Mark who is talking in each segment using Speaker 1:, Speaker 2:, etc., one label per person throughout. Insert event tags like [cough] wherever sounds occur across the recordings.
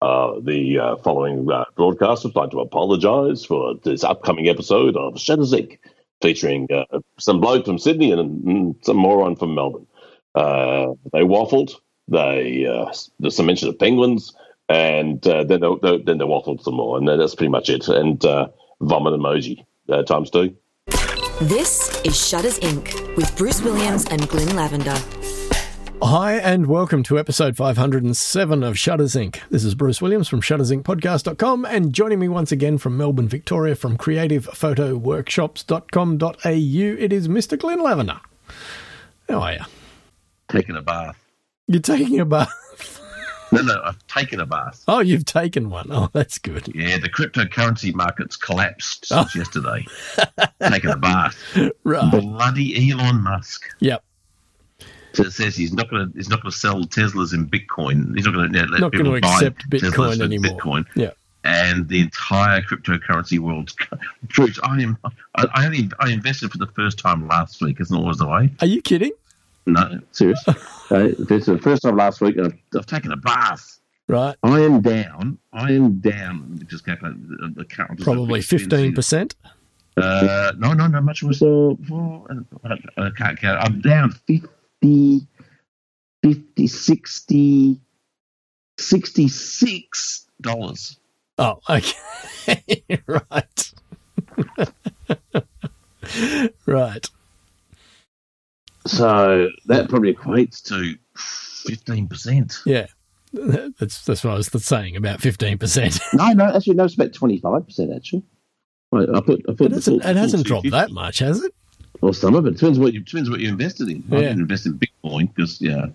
Speaker 1: Uh, the uh, following uh, broadcast would like to apologise for this upcoming episode of Shatterzik, featuring uh, some bloke from Sydney and mm, some moron from Melbourne. Uh, they waffled. They uh, s- there's some mention of penguins, and uh, then they, they, then they waffled some more, and then that's pretty much it. And uh, vomit emoji uh, times two.
Speaker 2: This is Shutters Inc. with Bruce Williams and Glenn Lavender.
Speaker 3: Hi, and welcome to episode 507 of Shutters Inc. This is Bruce Williams from shuttersincpodcast.com, and joining me once again from Melbourne, Victoria, from creativephotoworkshops.com.au, it is Mr. Glenn Lavender. How are you?
Speaker 4: Taking a bath.
Speaker 3: You're taking a bath. [laughs]
Speaker 4: No, no, I've taken a bath.
Speaker 3: Oh, you've taken one. Oh, that's good.
Speaker 4: Yeah, the cryptocurrency markets collapsed since yesterday. Taking a bath.
Speaker 3: Right.
Speaker 4: Bloody Elon Musk
Speaker 3: Yep.
Speaker 4: So it says he's not going to he's not going to sell Teslas in Bitcoin. He's not going to let
Speaker 3: Not
Speaker 4: people
Speaker 3: going to
Speaker 4: buy
Speaker 3: accept
Speaker 4: Teslas
Speaker 3: Bitcoin
Speaker 4: with
Speaker 3: anymore.
Speaker 4: Bitcoin.
Speaker 3: Yeah.
Speaker 4: and the entire cryptocurrency world. Bruce, I am. I, I only I invested for the first time last week. Isn't always the way.
Speaker 3: Are you kidding?
Speaker 4: No,
Speaker 3: [laughs]
Speaker 4: serious. uh, this is the first time last week. I've, I've taken a bath.
Speaker 3: Right.
Speaker 4: I am down. I am down. Let me Just calculate the the count.
Speaker 3: Probably 15%.
Speaker 4: Uh, no, no, no. Much worse.
Speaker 3: Oh,
Speaker 4: So, well, I I can't count. I'm down 50, 50, 60, 66 dollars.
Speaker 3: Oh, [laughs] okay. right. [laughs] right.
Speaker 4: So that probably equates to fifteen percent.
Speaker 3: Yeah. [laughs] That's that's what I was saying about 15%.
Speaker 4: No, no, actually, no, it's about twenty five percent. Actually, Wait, I put, I
Speaker 3: [laughs]
Speaker 4: put.
Speaker 3: It hasn't,
Speaker 4: full-
Speaker 3: it hasn't
Speaker 4: full
Speaker 3: dropped
Speaker 4: 250.
Speaker 3: that much, has
Speaker 4: [laughs]
Speaker 3: it?
Speaker 4: Well, some of it depends what you depends what you invested in. I
Speaker 3: Yeah.
Speaker 4: didn't invest in Bitcoin because yeah,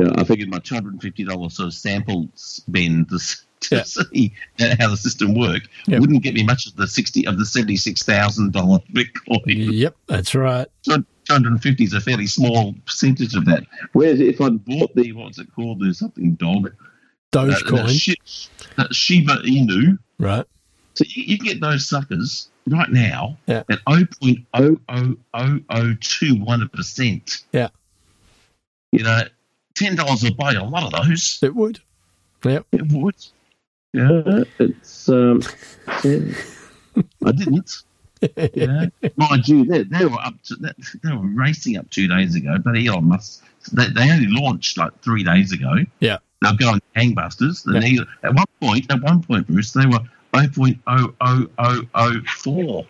Speaker 4: yeah, I figured my two hundred and fifty dollars sort of sample spend to, s- [laughs] to
Speaker 3: Yeah.
Speaker 4: see how the system worked
Speaker 3: Yeah.
Speaker 4: wouldn't get me much of the sixty of the seventy six thousand dollar Bitcoin.
Speaker 3: Yep, that's right.
Speaker 4: Two hundred and fifty is a fairly small percentage of that. Whereas if I bought the what's it called? There's something dog. uh, that- that
Speaker 3: Dogecoin,
Speaker 4: shi- that Shiba Inu.
Speaker 3: right?
Speaker 4: So you, you can get those suckers right now
Speaker 3: Yeah.
Speaker 4: at 0.00021%.
Speaker 3: Yeah.
Speaker 4: You know, $10 will buy a lot of those.
Speaker 3: It would. Yep. [laughs]
Speaker 4: It would. Yeah, it's. Um,
Speaker 3: [laughs]
Speaker 4: yeah. I didn't. Yeah. [laughs] Mind you, they, they were up to they, they were racing up two days ago, but Elon Musk they, they only launched like three days ago.
Speaker 3: Yeah.
Speaker 4: They've gone gangbusters. And
Speaker 3: Yeah.
Speaker 4: Elon- at one point, at one point, Bruce, they were 0.00004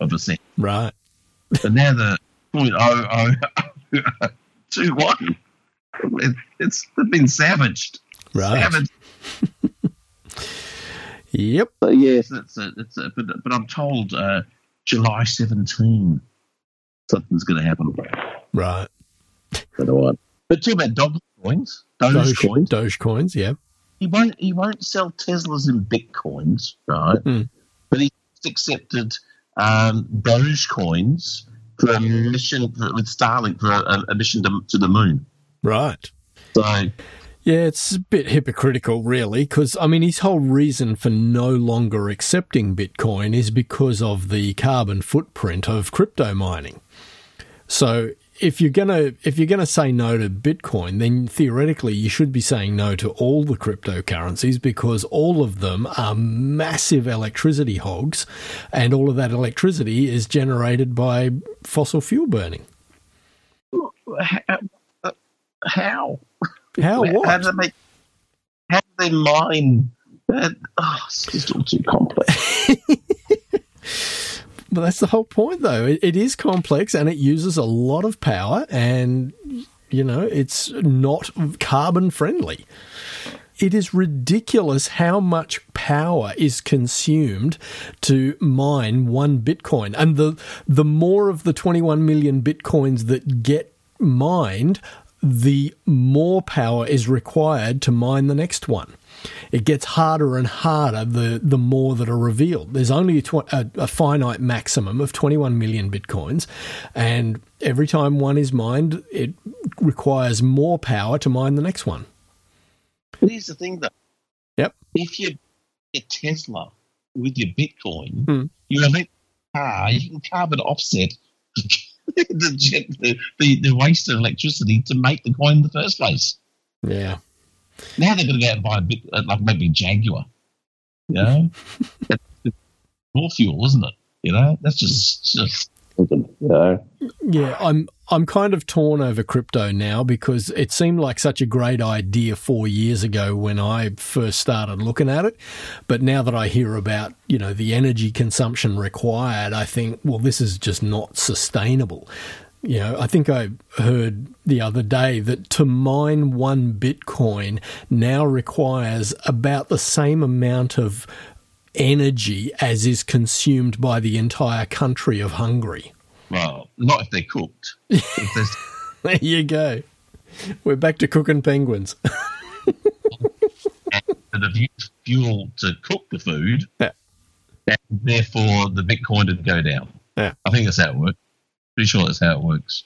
Speaker 4: of a cent,
Speaker 3: Right.
Speaker 4: and now they're 0.0021. It, it's they've been savaged.
Speaker 3: Right.
Speaker 4: Savaged.
Speaker 3: Yep.
Speaker 4: But yes, it's a, it's a, but, but I'm told uh, July 17 something's going to happen.
Speaker 3: Right.
Speaker 4: But what? But talk about dog coins, those coins.
Speaker 3: Dogecoins, yeah.
Speaker 4: He won't. He won't sell Teslas in bitcoins, right?
Speaker 3: Hmm.
Speaker 4: But he's accepted um, those coins for a mission for, with Starlink for a, a mission to, to the moon.
Speaker 3: Right.
Speaker 4: So
Speaker 3: Yeah, it's a bit hypocritical, really, because, I mean, his whole reason for no longer accepting Bitcoin is because of the carbon footprint of crypto mining. So. If you're gonna if you're gonna say no to Bitcoin, then theoretically you should be saying no to all the cryptocurrencies because all of them are massive electricity hogs, and all of that electricity is generated by fossil fuel burning.
Speaker 4: how? How,
Speaker 3: How
Speaker 4: how
Speaker 3: what?
Speaker 4: do they make? How do they mine? Uh, oh, it's just all too complex.
Speaker 3: But that's the whole point, though. It, it is complex and it uses a lot of power, and you know it's not carbon friendly. It is ridiculous how much power is consumed to mine one bitcoin, and the the more of the twenty one million bitcoins that get mined, the more power is required to mine the next one. It gets harder and harder the, the more that are revealed. There's only a, tw- a, a finite maximum of 21 million bitcoins, and every time one is mined, it requires more power to mine the next one.
Speaker 4: But here's the thing, though.
Speaker 3: Yep.
Speaker 4: if you get Tesla with your Bitcoin,
Speaker 3: Hmm.
Speaker 4: your electric car, you can carbon offset [laughs] the, jet- the, the, the waste of electricity to make the coin in the first place.
Speaker 3: Yeah.
Speaker 4: Now they're going to go out and buy a bit, uh, like maybe a Jaguar. You know, [laughs] That's more fuel, isn't it? You know, that's just, just
Speaker 1: You know,
Speaker 3: Yeah, I'm I'm kind of torn over crypto now because it seemed like such a great idea 4 years ago when I first started looking at it, but now that I hear about, you know, the energy consumption required, I think, well this is just not sustainable. You know, I think I heard the other day that to mine one Bitcoin now requires about the same amount of energy as is consumed by the entire country of Hungary.
Speaker 4: well, not if they're cooked. If they're-
Speaker 3: [laughs] There you go. We're back to cooking penguins. [laughs]
Speaker 4: that have used fuel to cook the food,
Speaker 3: Yeah.
Speaker 4: and therefore the Bitcoin didn't go down.
Speaker 3: Yeah.
Speaker 4: I think that's how it works. Pretty sure that's how it works.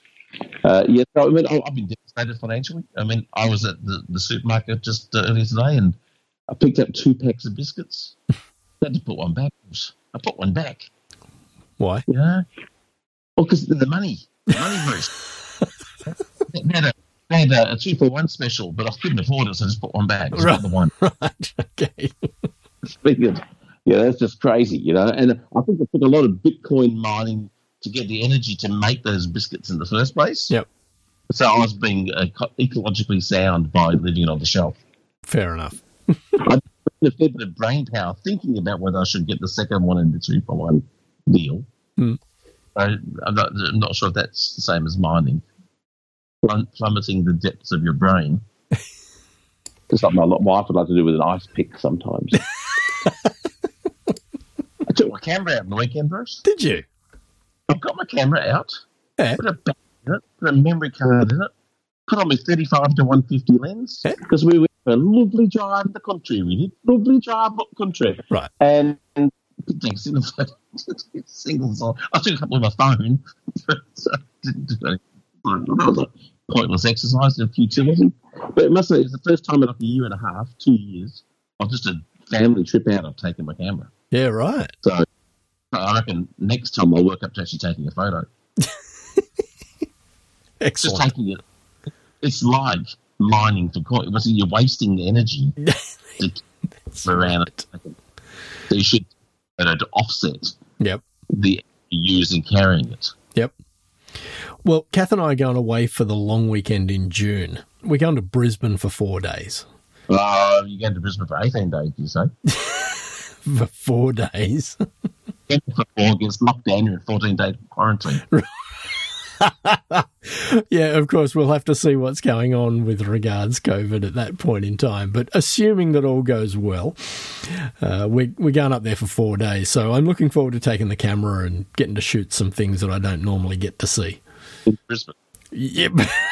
Speaker 1: uh, yeah, so, I mean,
Speaker 4: I- I've been devastated financially. I mean, I was at the, the supermarket just uh, earlier today and I picked up two packs
Speaker 3: [laughs]
Speaker 4: of biscuits. had to put one back. I put one back,
Speaker 3: Why? [laughs]
Speaker 4: you know? Well, because the money, the money boost.
Speaker 3: [laughs]
Speaker 4: they had, a, they had a, a two for one special, but I couldn't afford it, so I just put one back. Just
Speaker 3: Right.
Speaker 4: put the one.
Speaker 3: Right. Okay.
Speaker 4: Speaking of-
Speaker 1: yeah, that's just crazy, you know.
Speaker 4: and I think it took a lot of Bitcoin mining to get the energy to make those biscuits in the first place.
Speaker 3: Yep.
Speaker 4: So I was being uh, co- ecologically sound by living on the shelf.
Speaker 3: Fair enough.
Speaker 4: A fair bit of brain power thinking about whether I should get the second one in the two for one deal.
Speaker 3: Hmm.
Speaker 4: I, I'm, not, I'm not sure if that's the same as mining. Plum- plummeting the depths of your brain.
Speaker 1: [laughs] It's something my wife would like to do with an ice pick sometimes.
Speaker 4: I took my camera out on the weekend, Bruce.
Speaker 3: Did you?
Speaker 4: I've got my camera out.
Speaker 3: Yeah.
Speaker 4: Put a battery in it. Put a memory card in it. Put on my 35 to 150 lens.
Speaker 3: Yeah.
Speaker 4: Because we went for a lovely drive in the country. We did lovely drive up country.
Speaker 3: Right.
Speaker 4: And and [laughs] next thing I know, singles on. I took a couple with my phone, [laughs] but I didn't do anything. That was a pointless exercise and futility. But it must have, it's the first time in like a year and a half, two years, of just a family trip out, I've taken my camera.
Speaker 3: Yeah, right.
Speaker 4: So I reckon next time I'll work up to actually taking a photo. just
Speaker 3: Excellent.
Speaker 4: taking it. It's like mining for coin. It wasn't- You're wasting the energy to around it. So you should you know, to offset
Speaker 3: Yep.
Speaker 4: the use in carrying it.
Speaker 3: Yep. Well, Kath and I are going away for the long weekend in June. We're going to Brisbane for four days.
Speaker 4: Uh, you're going to Brisbane for 18 days, you say?
Speaker 3: For four [laughs] days.
Speaker 4: Then for four gets locked down, you're in 14 day quarantine.
Speaker 3: yeah, of course, we'll have to see what's going on with regards COVID at that point in time. But assuming that all goes well, uh, we're, we're going up there for four days. So I'm looking forward to taking the camera and getting to shoot some things that I don't normally get to see.
Speaker 4: In Brisbane.
Speaker 3: Yep.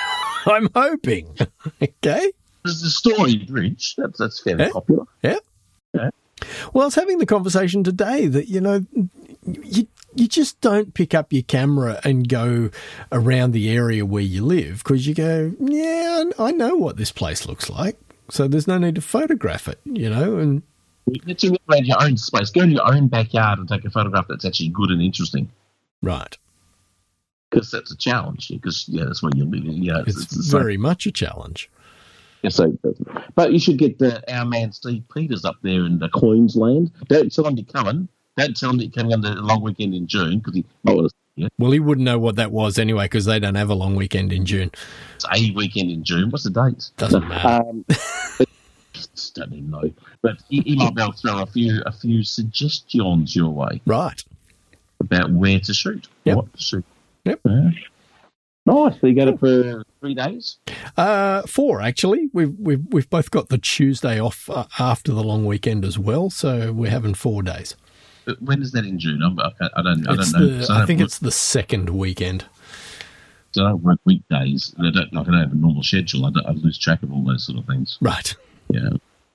Speaker 3: [laughs] I'm hoping. [laughs] okay.
Speaker 4: There's the story bridge. That's, that's fairly
Speaker 3: Eh?
Speaker 4: popular.
Speaker 3: Yeah.
Speaker 4: Yeah.
Speaker 3: Well, I was having the conversation today that, you know, you, you just don't pick up your camera and go around the area where you live because you go, yeah, I I know what this place looks like. So there's no need to photograph it, you know, and
Speaker 4: It's around your own space. Go to your own backyard and take a photograph that's actually good and interesting.
Speaker 3: right.
Speaker 4: because that's a challenge. Because yeah, that's where you live. Yeah,
Speaker 3: It's, very much a challenge.
Speaker 4: so. But you should get the, our man Steve Peters up there in the Queensland. Don't tell him you're coming. Don't tell him that you're coming on the long weekend in June because he oh,
Speaker 3: Well, he wouldn't know what that was anyway because they don't have a long weekend in June.
Speaker 4: it's a weekend in June. What's the date?
Speaker 3: Doesn't matter. [laughs]
Speaker 4: Um, just don't even know. But he, he might be able to throw a few a few suggestions your way
Speaker 3: right.
Speaker 4: about where to shoot,
Speaker 3: Yep.
Speaker 4: what to shoot.
Speaker 3: Yep.
Speaker 4: Yeah.
Speaker 1: nice. So you go to
Speaker 4: For three days.
Speaker 3: Uh, four actually. We've we've we've both got the Tuesday off uh, after the long weekend as well, so we're having four days.
Speaker 4: But Uh, When is that in June? I'm, I, can't- I don't. I
Speaker 3: It's
Speaker 4: don't know.
Speaker 3: the,
Speaker 4: 'cause
Speaker 3: I
Speaker 4: don't
Speaker 3: think
Speaker 4: work-
Speaker 3: it's the second weekend.
Speaker 4: So I don't work weekdays. and I don't like I don't have a normal schedule. I, don't, I lose track of all those sort of things.
Speaker 3: Right.
Speaker 4: Yeah.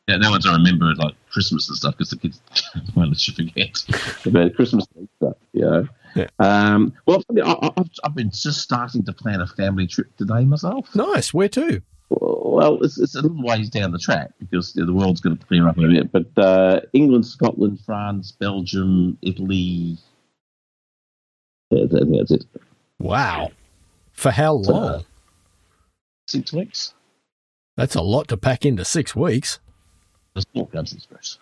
Speaker 4: Yeah, no one's I remember like Christmas and stuff because the kids [laughs] won't let you forget.
Speaker 1: about Christmas and Easter, you know.
Speaker 3: Yeah.
Speaker 1: Um,
Speaker 4: Well, I, I, I've, I've been just starting to plan a family trip today myself.
Speaker 3: Nice. Where to?
Speaker 4: Well, it's, it's a little ways down the track because you know, the world's going to clear up a
Speaker 1: yeah,
Speaker 4: bit.
Speaker 1: but uh,
Speaker 4: England, Scotland, France, Belgium, Italy.
Speaker 1: yeah, I think that's it.
Speaker 4: uh,
Speaker 3: Wow. For how long?
Speaker 4: Six weeks.
Speaker 3: That's a lot to pack into six weeks.
Speaker 4: There's more Gubs Express.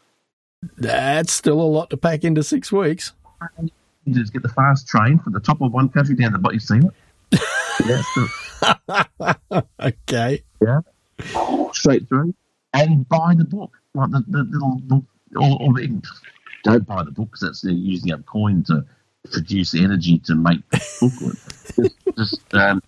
Speaker 3: That's still a lot to pack into six weeks.
Speaker 4: You just get the fast train from the top of one country down to the bottom. You see it? That's the,
Speaker 3: Okay.
Speaker 4: straight through and buy the book, like the, the little book, or, or the, don't buy the book because that's they're using up coin to produce energy to make booklet. just just um,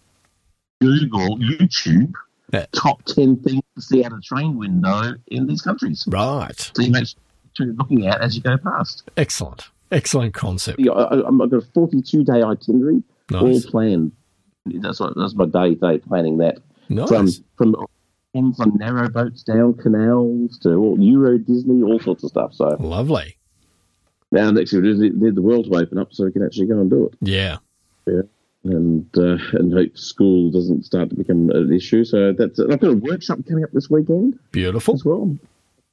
Speaker 4: Google YouTube
Speaker 3: Yeah.
Speaker 4: top ten things to see out a train window in these countries.
Speaker 3: Right.
Speaker 4: So you make sure you're looking at as you go past.
Speaker 3: Excellent. Excellent concept.
Speaker 4: Yeah, I, I- I've got a forty-two day itinerary all
Speaker 3: Nice.
Speaker 4: planned. That's what that's my day day planning that
Speaker 3: Nice.
Speaker 4: from from from from narrow boats down canals to all, Euro Disney, all sorts of stuff. So
Speaker 3: Lovely.
Speaker 4: now next year we need the world to open up so we can actually go and do it,
Speaker 3: Yeah.
Speaker 4: and uh, and hope school doesn't start to become an issue. So that's it. I've got a workshop coming up this weekend
Speaker 3: Beautiful.
Speaker 4: [laughs] as well.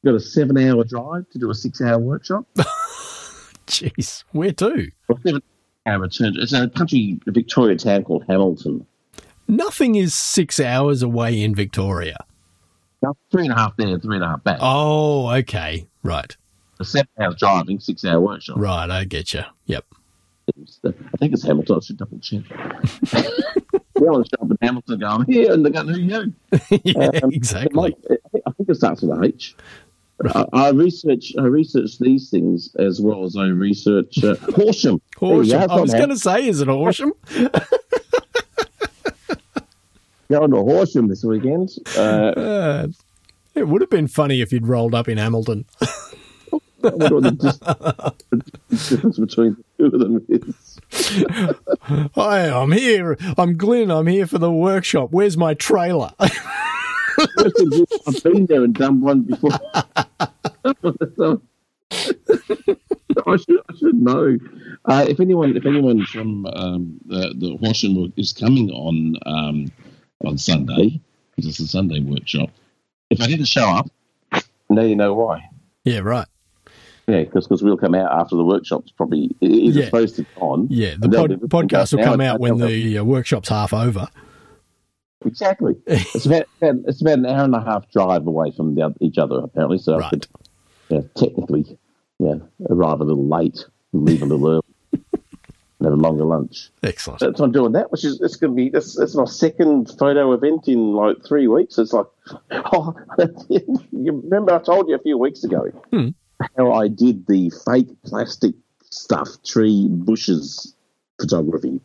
Speaker 4: Got a seven-hour drive to do a
Speaker 3: [laughs]
Speaker 4: six-hour workshop.
Speaker 3: Jeez. Where to?
Speaker 4: I've never- I returned. It's a country, a Victoria town called Hamilton.
Speaker 3: Nothing is six hours away in Victoria.
Speaker 4: Now, Three and a half there, three and a half back.
Speaker 3: Oh, okay. Right.
Speaker 4: A seven-hour driving, six-hour workshop.
Speaker 3: Right. I get you. Yep. [laughs]
Speaker 4: I think it's Hamilton. I should double check. [laughs] We're on the shop in Hamilton going, here, and they're going, who are you?
Speaker 3: yeah,
Speaker 4: Um, It
Speaker 3: [laughs]
Speaker 4: might,
Speaker 3: exactly.
Speaker 4: I think it starts with a H. I, I research. I research these things as well as I
Speaker 3: [laughs]
Speaker 4: research uh, Horsham. There you
Speaker 3: Horsham.
Speaker 4: go,
Speaker 3: I was
Speaker 4: man.
Speaker 3: going to say, is it Horsham?
Speaker 4: going to Horsham this weekend. Uh,
Speaker 3: Uh, it would have been funny if you'd rolled up in Hamilton.
Speaker 4: I wonder what the
Speaker 3: [laughs]
Speaker 4: dis- the difference between the two of them is.
Speaker 3: Hi, I'm here. I'm Glyn. I'm here for the workshop. Where's my trailer? [laughs]
Speaker 4: I've been there and done one before. [laughs] I should, I should know. Uh, if anyone, if anyone from um, the, the Horsham work is coming on um, on Sunday, because it's a Sunday workshop. If I didn't show up, now you know why.
Speaker 3: yeah, right.
Speaker 4: Yeah, because we'll come out after the workshop's probably it is
Speaker 3: Yeah.
Speaker 4: supposed to be on.
Speaker 3: Yeah, the
Speaker 4: And they'll
Speaker 3: pod,
Speaker 4: be-
Speaker 3: podcast will
Speaker 4: now
Speaker 3: come
Speaker 4: it's-
Speaker 3: out when
Speaker 4: they'll-
Speaker 3: the uh, workshop's half over.
Speaker 4: [laughs] Exactly. It's about, about it's about an hour and a half drive away from the, oth- each other apparently. So I
Speaker 3: Right.
Speaker 4: could, yeah, technically, yeah, arrive a little late, leave a little early, [laughs] and have a longer lunch.
Speaker 3: Excellent.
Speaker 4: That's I'm doing that, which is it's going to be that's that's my second photo event in like three weeks. It's like, [laughs] oh, you remember I told you a few weeks ago how I did the fake plastic stuff, tree bushes photography.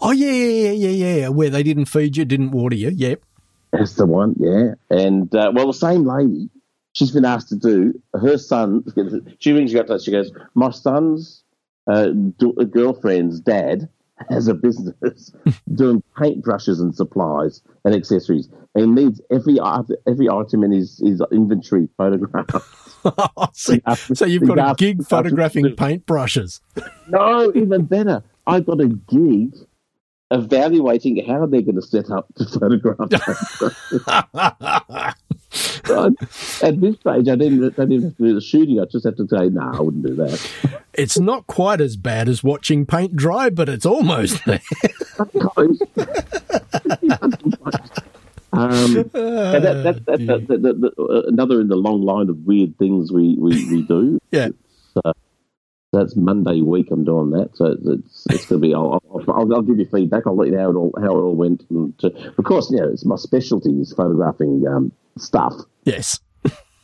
Speaker 3: Oh, yeah, yeah, yeah, yeah, yeah. Where they didn't feed you, didn't water you. Yep. [laughs]
Speaker 4: That's the one, yeah. And uh, well, the same lady, she's been asked to do her son. [laughs] She rings you up and she goes, "My son's uh, d- girlfriend's dad has a business [laughs] doing paintbrushes and supplies and accessories, and needs every i- every item in his, his inventory photographed."
Speaker 3: so, so you've got a gig photographing
Speaker 4: Absolutely.
Speaker 3: paintbrushes.
Speaker 4: No, Oh, even better. I got a gig evaluating how they're going to set up the photograph. At this stage, I didn't, I didn't have to do the shooting. I just had to say, no, I wouldn't do that.
Speaker 3: [laughs]
Speaker 4: [laughs]
Speaker 3: It's not quite as bad as watching paint dry, but it's almost [laughs] there.
Speaker 4: Close. um, and that, that, that, that, that, that, uh, another in the long line of weird things we, we, we do.
Speaker 3: Yeah.
Speaker 4: That's Monday week. I'm doing that, so it's it's, it's going to be. I'll, I'll, I'll, I'll give you feedback. I'll let you know how it all how it all went. And to, of course, you know, it's my specialty is photographing um, stuff.
Speaker 3: Yes.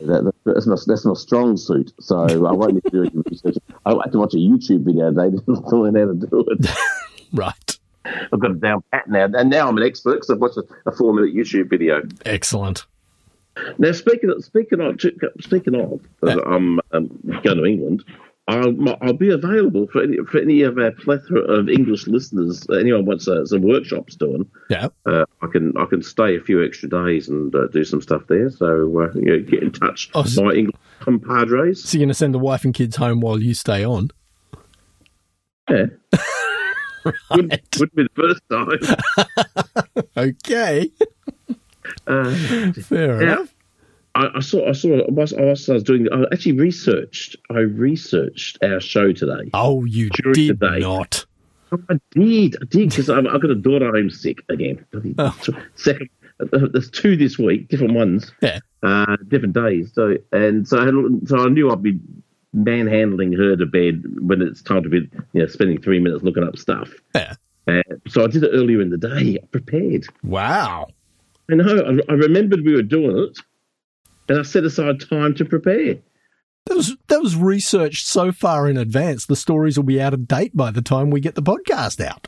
Speaker 4: That, that's my that's my strong suit. So I won't need to do any research. I had to watch a YouTube video. They didn't [laughs] learn how to do it.
Speaker 3: Right.
Speaker 4: I've got it down pat now, and now I'm an expert because I've watched a, a four minute YouTube video.
Speaker 3: Excellent.
Speaker 4: Now, speaking of, speaking of, speaking of, as I'm um, going to England. I'll, my- I'll be available for any for any of our plethora of English listeners. Anyone wants uh, some workshops doing,
Speaker 3: Yeah.
Speaker 4: uh, I can I can stay a few extra days and uh, do some stuff there. So uh, you know, get in touch,
Speaker 3: Oh, so-
Speaker 4: my English compadres.
Speaker 3: So you're going to send the wife and kids home while you stay on?
Speaker 4: Yeah. wouldn't, wouldn't be the first time. [laughs]
Speaker 3: Okay.
Speaker 4: Uh,
Speaker 3: Fair
Speaker 4: Yeah.
Speaker 3: enough.
Speaker 4: I, I saw. I saw. Whilst, whilst I was doing. I actually researched. I researched our show today. Oh,
Speaker 3: Oh, you
Speaker 4: During
Speaker 3: did
Speaker 4: the day.
Speaker 3: not.
Speaker 4: I did. I did because I've, I've got a daughter homesick again. Bloody-
Speaker 3: Oh.
Speaker 4: Second There's two this week, different ones,
Speaker 3: Yeah.
Speaker 4: uh, different days. So and so, I had, a- so I knew I'd be manhandling her to bed when it's time to be, you know, spending three minutes looking up stuff.
Speaker 3: Yeah.
Speaker 4: Uh, so I did it earlier in the day. I prepared.
Speaker 3: Wow.
Speaker 4: I know. I, I remembered we were doing it, and I set aside time to prepare.
Speaker 3: That was that was researched so far in advance. The stories will be out of date by the time we get the podcast out.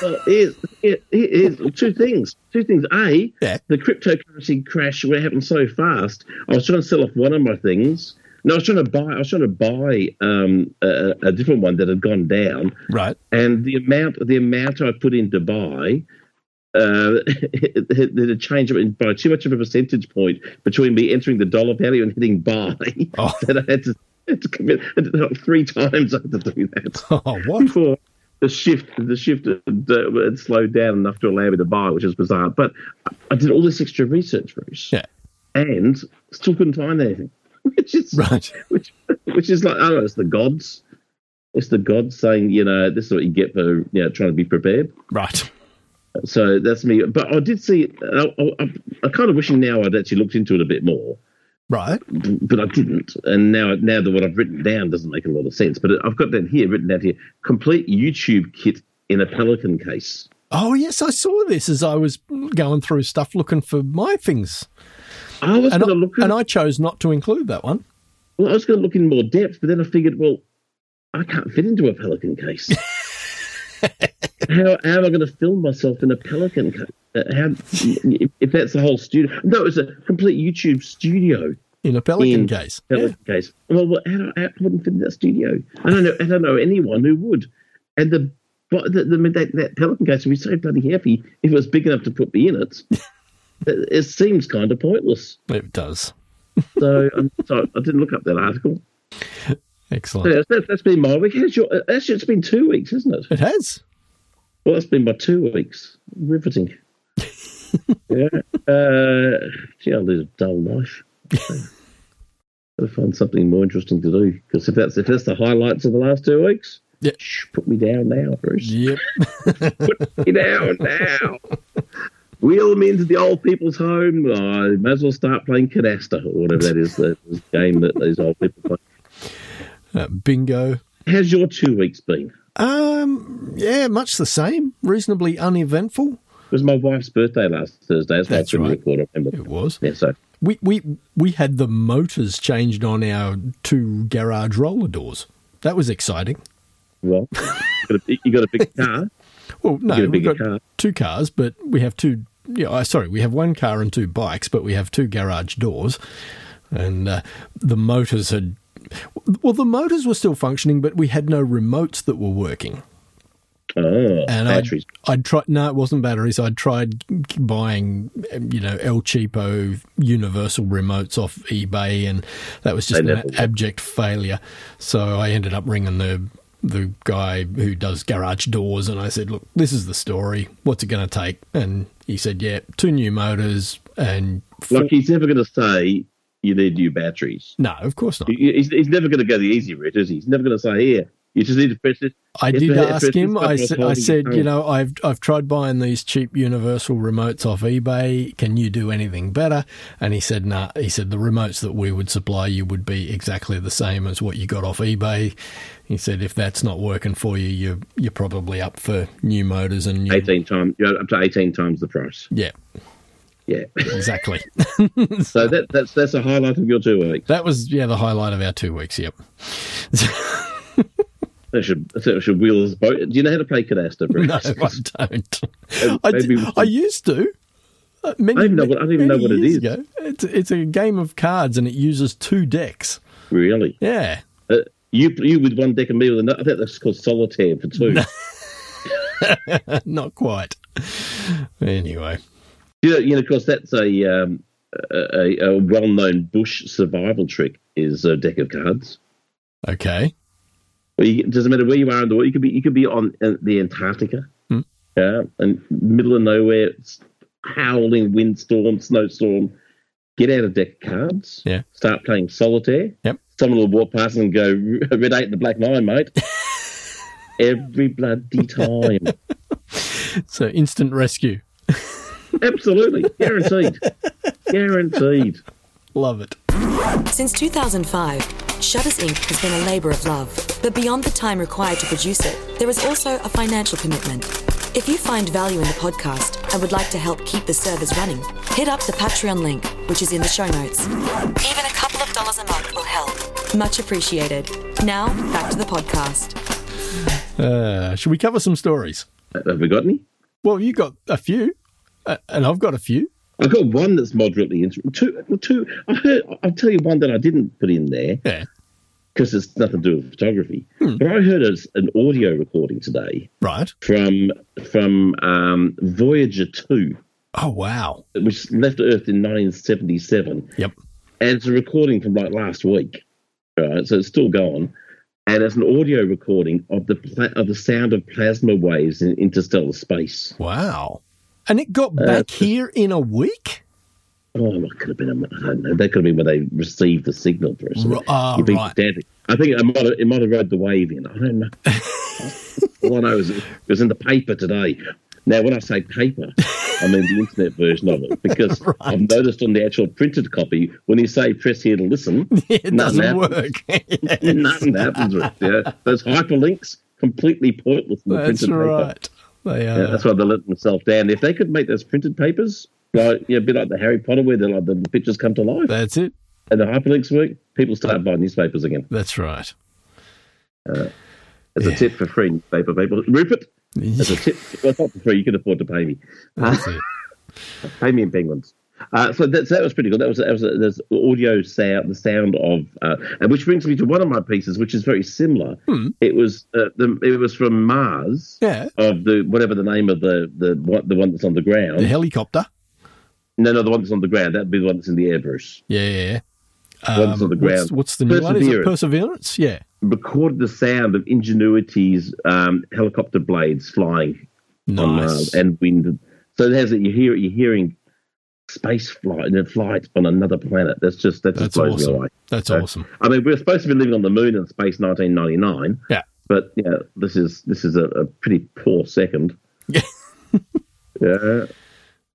Speaker 4: Well, here's, here- here's two things. Two things. A,
Speaker 3: Yeah.
Speaker 4: the cryptocurrency crash where it happened so fast. I was trying to sell off one of my things. No, I was trying to buy. I was trying to buy um, a, a different one that had gone down,
Speaker 3: Right. [laughs]
Speaker 4: and the amount the amount I put in to buy, uh, [laughs] it, it, it had changed in- by too much of a percentage point between me entering the dollar value and hitting buy
Speaker 3: Oh.
Speaker 4: [laughs] that I had to, had to commit I did that three times. I had to do that
Speaker 3: [laughs] Oh, what?
Speaker 4: before the shift the shift uh, had slowed down enough to allow me to buy, which is bizarre. But I did all this extra research, Bruce,
Speaker 3: Yeah.
Speaker 4: and still couldn't find anything, [laughs] which is
Speaker 3: Right.
Speaker 4: which which is like I don't know, it's the gods. It's the gods saying, you know, this is what you get for you know trying to be prepared.
Speaker 3: Right.
Speaker 4: So that's me. But I did see. I, I, I'm kind of wishing now I'd actually looked into it a bit more
Speaker 3: Right.
Speaker 4: but I didn't. And now, now that what I've written down doesn't make a lot of sense. But I've got that here, written down here. Complete YouTube kit in a pelican case.
Speaker 3: Oh yes, I saw this as I was going through stuff looking for my things,
Speaker 4: I was
Speaker 3: and I,
Speaker 4: going to look.
Speaker 3: and
Speaker 4: At,
Speaker 3: I chose not to include that one.
Speaker 4: well, I was going to look in more depth, but then I figured, well, I can't fit into a pelican case. how, how am I going to film myself in a pelican case? Uh, How, if, if that's the whole studio? No, it's a complete YouTube studio.
Speaker 3: In a pelican
Speaker 4: In
Speaker 3: case. Yeah.
Speaker 4: pelican case. Well, well how do I, how, I wouldn't fit in that studio. I don't know. I don't know anyone who would. And the but the, the, that, that pelican case would be so bloody heavy if it was big enough to put me in it. it, it seems kind of pointless.
Speaker 3: It does.
Speaker 4: So, um, so I didn't look up that article.
Speaker 3: Excellent.
Speaker 4: So that's, that's been my week. How's your, uh, actually, it's been two weeks, isn't it?
Speaker 3: It has.
Speaker 4: Well, that's been my two weeks. Riveting. yeah. Uh, gee, I live a dull life. Got to find something more interesting to do because if that's if that's the highlights of the last two weeks,
Speaker 3: Yeah.
Speaker 4: shh, put me down now, Bruce.
Speaker 3: Yep.
Speaker 4: Put me down now. Wheel me into the old people's home. I may as well start playing Canasta or whatever that [laughs] is, the the game that these old people play.
Speaker 3: Uh, bingo.
Speaker 4: How's your two weeks been?
Speaker 3: Um. Yeah. Much the same. Reasonably uneventful.
Speaker 4: It was my wife's birthday last Thursday. That's, why
Speaker 3: That's
Speaker 4: I couldn't
Speaker 3: right.
Speaker 4: record. I remember.
Speaker 3: It was.
Speaker 4: Yeah, so
Speaker 3: We we we had the motors changed on our two garage roller doors. That was exciting.
Speaker 4: well, you got a, you got a
Speaker 3: [laughs]
Speaker 4: big car.
Speaker 3: Well, no,
Speaker 4: get a
Speaker 3: we've
Speaker 4: bigger
Speaker 3: got
Speaker 4: car.
Speaker 3: two cars, but we have two. Yeah, uh, sorry, we have one car and two bikes, but we have two garage doors, and uh, the motors had. Well, the motors were still functioning, but we had no remotes that were working.
Speaker 4: Oh,
Speaker 3: And I'd,
Speaker 4: batteries.
Speaker 3: I'd tried. No, it wasn't batteries. I'd tried buying, um, you know, El Cheapo universal remotes off eBay, and that was just
Speaker 4: They
Speaker 3: an
Speaker 4: never work.
Speaker 3: abject failure. So I ended up ringing the the guy who does garage doors, and I said, "Look, this is the story. What's it going to take?" And he said, "Yeah, two new motors and four-
Speaker 4: Like he's never going to say you need new batteries.
Speaker 3: no, of course not."
Speaker 4: He- He's, he's never going to go the easy route, is he? He's never going to say here you just need to press this.
Speaker 3: I
Speaker 4: If
Speaker 3: did
Speaker 4: it- if
Speaker 3: ask
Speaker 4: it's
Speaker 3: him.
Speaker 4: just
Speaker 3: I,
Speaker 4: something
Speaker 3: sa-
Speaker 4: that's
Speaker 3: I
Speaker 4: holding
Speaker 3: said,
Speaker 4: you
Speaker 3: you know, I've I've tried buying these cheap universal remotes off eBay. Can you do anything better? And he said, nah. He said the remotes that we would supply you would be exactly the same as what you got off eBay. He said if that's not working for you, you you're probably up for new motors and new.
Speaker 4: eighteen times, you know, up to eighteen times the price.
Speaker 3: Yeah, [laughs]
Speaker 4: Yeah,
Speaker 3: exactly.
Speaker 4: so that that's that's a highlight of your two weeks.
Speaker 3: that was yeah the highlight of our two weeks. Yep.
Speaker 4: That should that should wheel this boat. Do you know how to play canasta, Bruce?
Speaker 3: [laughs] No, I don't. I,
Speaker 4: maybe we
Speaker 3: d- I
Speaker 4: should-
Speaker 3: used to. Uh, Many,
Speaker 4: I don't even know what- I don't even
Speaker 3: many
Speaker 4: know what it
Speaker 3: years
Speaker 4: is.
Speaker 3: ago. It's, it's a game of cards and it uses two decks.
Speaker 4: Really,
Speaker 3: Yeah. [laughs]
Speaker 4: uh, you you with one deck and me with another. I think that's called solitaire for two.
Speaker 3: Not quite. Anyway.
Speaker 4: You know, you know, of course, that's a um, a, a- a well-known bush survival trick is a deck of cards.
Speaker 3: Okay.
Speaker 4: Well, you, it doesn't matter where you are in the world. You could be you could be on uh, the Antarctica,
Speaker 3: Hmm.
Speaker 4: yeah, and middle of nowhere, it's howling windstorm, snowstorm. Get out a deck of cards.
Speaker 3: Yeah.
Speaker 4: Start playing solitaire.
Speaker 3: Yep.
Speaker 4: Someone will walk past and go [laughs] red eight and the black
Speaker 3: [laughs]
Speaker 4: nine, mate. Every bloody time.
Speaker 3: So instant rescue.
Speaker 4: Absolutely.
Speaker 3: [laughs]
Speaker 4: Guaranteed. Guaranteed.
Speaker 3: Love it.
Speaker 2: Since 2005, Shutters Inc. has been a labour of love, but beyond the time required to produce it, there is also a financial commitment. If you find value in the podcast and would like to help keep the servers running, hit up the Patreon link, which is in the show notes. Even a couple of dollars a month will help. Much appreciated. Now, back to the podcast.
Speaker 3: Uh, should we cover some stories?
Speaker 4: Have we got any?
Speaker 3: Well, you got a few, uh, and I've got a few.
Speaker 4: I've got one that's moderately interesting. Two, well, two. I heard. I'll tell you one that I didn't put in there
Speaker 3: Yeah.
Speaker 4: because it's nothing to do with photography. But I heard a, an audio recording today
Speaker 3: Right.
Speaker 4: from from um, Voyager Two,
Speaker 3: Oh, wow.
Speaker 4: which left Earth in 1977,
Speaker 3: Yep.
Speaker 4: and it's a recording from like last week. Right, so it's still going, and it's an audio recording of the pla- of the sound of plasma waves in interstellar space.
Speaker 3: Wow. And it
Speaker 4: Uh,
Speaker 3: got back here in a week?
Speaker 4: Oh, it could have been. I don't know. That could have been where they received the signal for us.
Speaker 3: R- ah,
Speaker 4: You'd be
Speaker 3: right. [laughs]
Speaker 4: dead. I think it might have, it might have rode the wave in. I don't know. All I know is it was in the paper today. Now, when I say paper, I mean the internet version of
Speaker 3: [laughs]
Speaker 4: it because I've noticed on the actual printed copy when you say press here
Speaker 3: [laughs]
Speaker 4: to listen,
Speaker 3: It doesn't work. [laughs]
Speaker 4: Nothing happens with it. Yeah. Those hyperlinks completely pointless in the
Speaker 3: That's
Speaker 4: printed paper.
Speaker 3: right. They uh, are.
Speaker 4: Yeah, that's why they let themselves down. If they could make those printed papers, like yeah, a bit like the Harry Potter, where they're like the pictures come to life
Speaker 3: That's it.
Speaker 4: and the hyperlinks work, people start buying newspapers again.
Speaker 3: That's right.
Speaker 4: As a tip for free newspaper people, Rupert. As a tip, well, not for free. You can afford to pay me.
Speaker 3: [laughs] That's it.
Speaker 4: Pay me in penguins. Uh, so that, so that was pretty good. That was that was there's audio sound, the sound of, uh, and which brings me to one of my pieces, which is very similar. It was uh, the, it was from Mars
Speaker 3: Yeah.
Speaker 4: of the whatever the name of the the what, the one that's on the ground.
Speaker 3: The [laughs] helicopter.
Speaker 4: No, no, the one that's on the ground. That'd be the one that's in the Airbrush.
Speaker 3: Yeah, yeah, yeah.
Speaker 4: The one that's on the ground.
Speaker 3: What's, what's the new one? Is it
Speaker 4: Perseverance.
Speaker 3: Perseverance? Yeah.
Speaker 4: Recorded the sound of Ingenuity's um, helicopter blades flying on
Speaker 3: Nice.
Speaker 4: Mars um, and wind. So there's it. You hear you're hearing space flight and flight on another planet. That's just that just
Speaker 3: That's
Speaker 4: blows me
Speaker 3: awesome.
Speaker 4: away.
Speaker 3: That's
Speaker 4: So,
Speaker 3: awesome.
Speaker 4: I mean, we are supposed to be living on the moon in space 1999.
Speaker 3: Yeah.
Speaker 4: But yeah, this is this is a, a pretty poor second.
Speaker 3: [laughs] Yeah.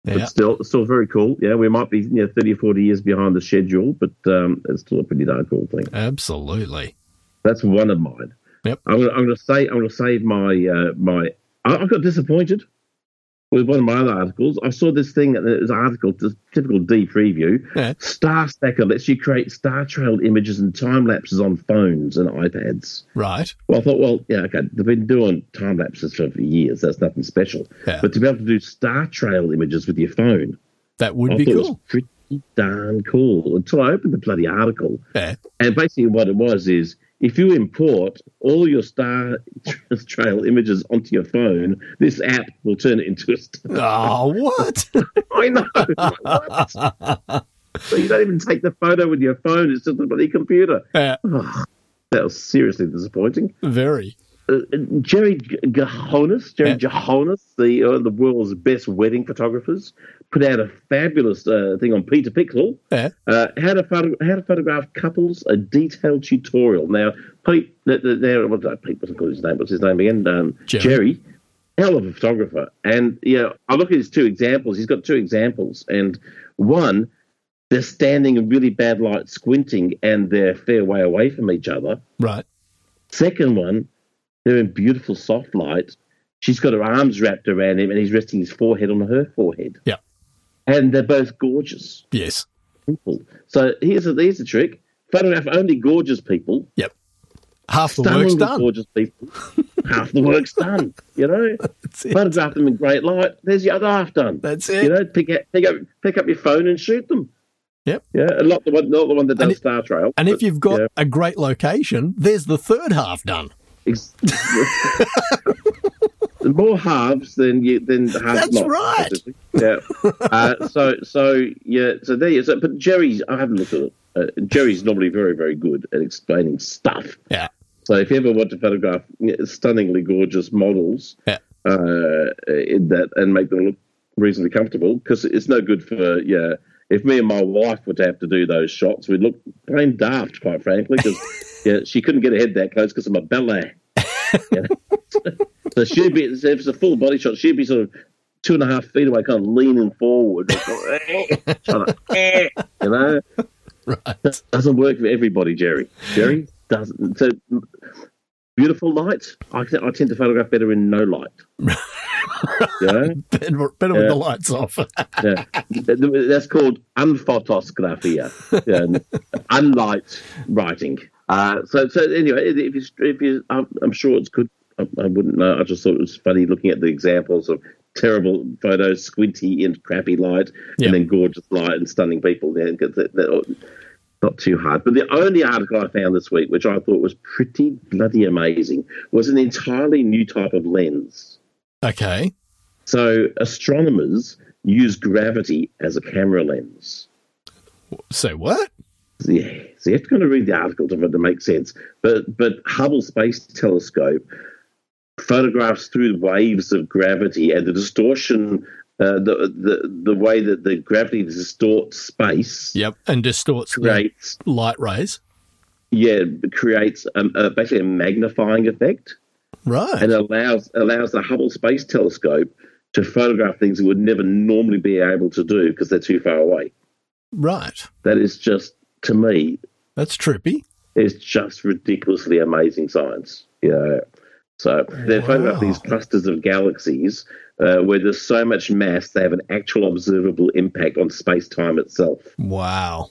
Speaker 4: Yeah, but
Speaker 3: Yeah.
Speaker 4: still, still very cool. Yeah, we might be you know, 30 or 40 years behind the schedule, but um, it's still a pretty darn cool thing.
Speaker 3: Absolutely.
Speaker 4: That's one of mine.
Speaker 3: Yep.
Speaker 4: I'm gonna, I'm gonna say I'm gonna save my uh, my. I, I got disappointed with one of my other articles. I saw this thing. It was an article, just typical D preview.
Speaker 3: Yeah.
Speaker 4: Star Stacker lets you create star trail images and time lapses on phones and iPads.
Speaker 3: Right.
Speaker 4: Well, I thought, well, yeah, okay, they've been doing time lapses for years. That's nothing special.
Speaker 3: Yeah.
Speaker 4: But to be able to do star trail images with your phone,
Speaker 3: That would
Speaker 4: I
Speaker 3: be
Speaker 4: thought was
Speaker 3: cool.
Speaker 4: pretty darn cool. Until I opened the bloody article,
Speaker 3: Yeah.
Speaker 4: and basically, what it was is if you import all your Star [laughs] Trail images onto your phone, this app will turn it into a star. [laughs]
Speaker 3: Oh, what?
Speaker 4: I know. What? so you don't even take the photo with your phone, it's just a bloody computer.
Speaker 3: yeah.
Speaker 4: That was seriously disappointing.
Speaker 3: Very.
Speaker 4: Uh, Jerry G- Gahonis, Jerry
Speaker 3: Yeah.
Speaker 4: Gahonis, the uh, the world's best wedding photographers, put out a fabulous uh, thing on Peter Pixel.
Speaker 3: Yeah.
Speaker 4: Uh, how to photo- how to photograph couples a detailed tutorial. Now, Pete, th- th- there what uh, Pete wasn't called his name. What's his name again? Um,
Speaker 3: Jerry.
Speaker 4: hell of a photographer. And you know, I look at his two examples. He's got two examples, and one they're standing in really bad light, squinting, and they're a fair way away from each other.
Speaker 3: Right.
Speaker 4: Second one, they're in beautiful soft light. She's got her arms wrapped around him, and he's resting his forehead on her forehead.
Speaker 3: Yeah.
Speaker 4: And they're both gorgeous
Speaker 3: Yes.
Speaker 4: people. So here's a, here's the trick: photograph only gorgeous people.
Speaker 3: Yep. Half the
Speaker 4: Stunningly
Speaker 3: work's done.
Speaker 4: Gorgeous people. half the work's done.
Speaker 3: [laughs]
Speaker 4: You know,
Speaker 3: it.
Speaker 4: photograph them in great light. There's the other half done.
Speaker 3: That's
Speaker 4: You
Speaker 3: it.
Speaker 4: know, pick up, pick up pick up your phone and shoot them.
Speaker 3: Yep.
Speaker 4: Yeah, and not the one not the one that
Speaker 3: And
Speaker 4: does
Speaker 3: it-
Speaker 4: Star Trail.
Speaker 3: And if
Speaker 4: but,
Speaker 3: you've got
Speaker 4: yeah,
Speaker 3: a great location, there's the third half done. [laughs]
Speaker 4: ex- [laughs] more halves than you than halves
Speaker 3: That's
Speaker 4: not,
Speaker 3: right.
Speaker 4: basically. Yeah. uh, so so yeah. So there you. So, but Jerry's. I haven't looked at it. Uh, Jerry's normally very very good at explaining stuff.
Speaker 3: Yeah.
Speaker 4: So if you ever want to photograph stunningly gorgeous models
Speaker 3: Yeah.
Speaker 4: uh, in that and make them look reasonably comfortable, because it's no good for yeah. If me and my wife were to have to do those shots, we'd look plain daft, quite frankly, because
Speaker 3: [laughs]
Speaker 4: yeah, she couldn't get her head that close because of my belly. Yeah. so she'd be if it's a full body shot, she'd be sort of two and a half feet away, kind of leaning forward, trying to, [laughs] eh, you know,
Speaker 3: Right.
Speaker 4: doesn't work for everybody, Jerry. Jerry doesn't. So beautiful light, I, th- I tend to photograph better in no light. yeah,
Speaker 3: Better, better with
Speaker 4: Yeah.
Speaker 3: the lights off.
Speaker 4: yeah. Th- th- That's called unphotosgraphia, yeah, unlight writing. Uh, so, so anyway, if you, if you, I'm, I'm sure it's good. I, I wouldn't know. I just thought it was funny looking at the examples of terrible photos, squinty and crappy light,
Speaker 3: Yeah.
Speaker 4: and then gorgeous light and stunning people. Yeah, 'cause that- that- not too hard. But the only article I found this week, which I thought was pretty bloody amazing, was an entirely new type of lens.
Speaker 3: Okay.
Speaker 4: So astronomers use gravity as a camera lens.
Speaker 3: So what?
Speaker 4: Yeah, so you have to kind of read the article to, for it to make sense. But but Hubble Space Telescope photographs through the waves of gravity and the distortion, uh, the the the way that the gravity distorts space
Speaker 3: Yep. And distorts the
Speaker 4: creates
Speaker 3: light rays.
Speaker 4: yeah creates um, uh, basically a magnifying effect
Speaker 3: Right.
Speaker 4: and uh, allows allows the Hubble Space Telescope to photograph things it would never normally be able to do because they're too far away.
Speaker 3: Right.
Speaker 4: that is just to me
Speaker 3: That's trippy.
Speaker 4: is just ridiculously amazing science you know so they
Speaker 3: Wow.
Speaker 4: photograph these clusters of galaxies uh, where there's so much mass they have an actual observable impact on space-time itself
Speaker 3: Wow.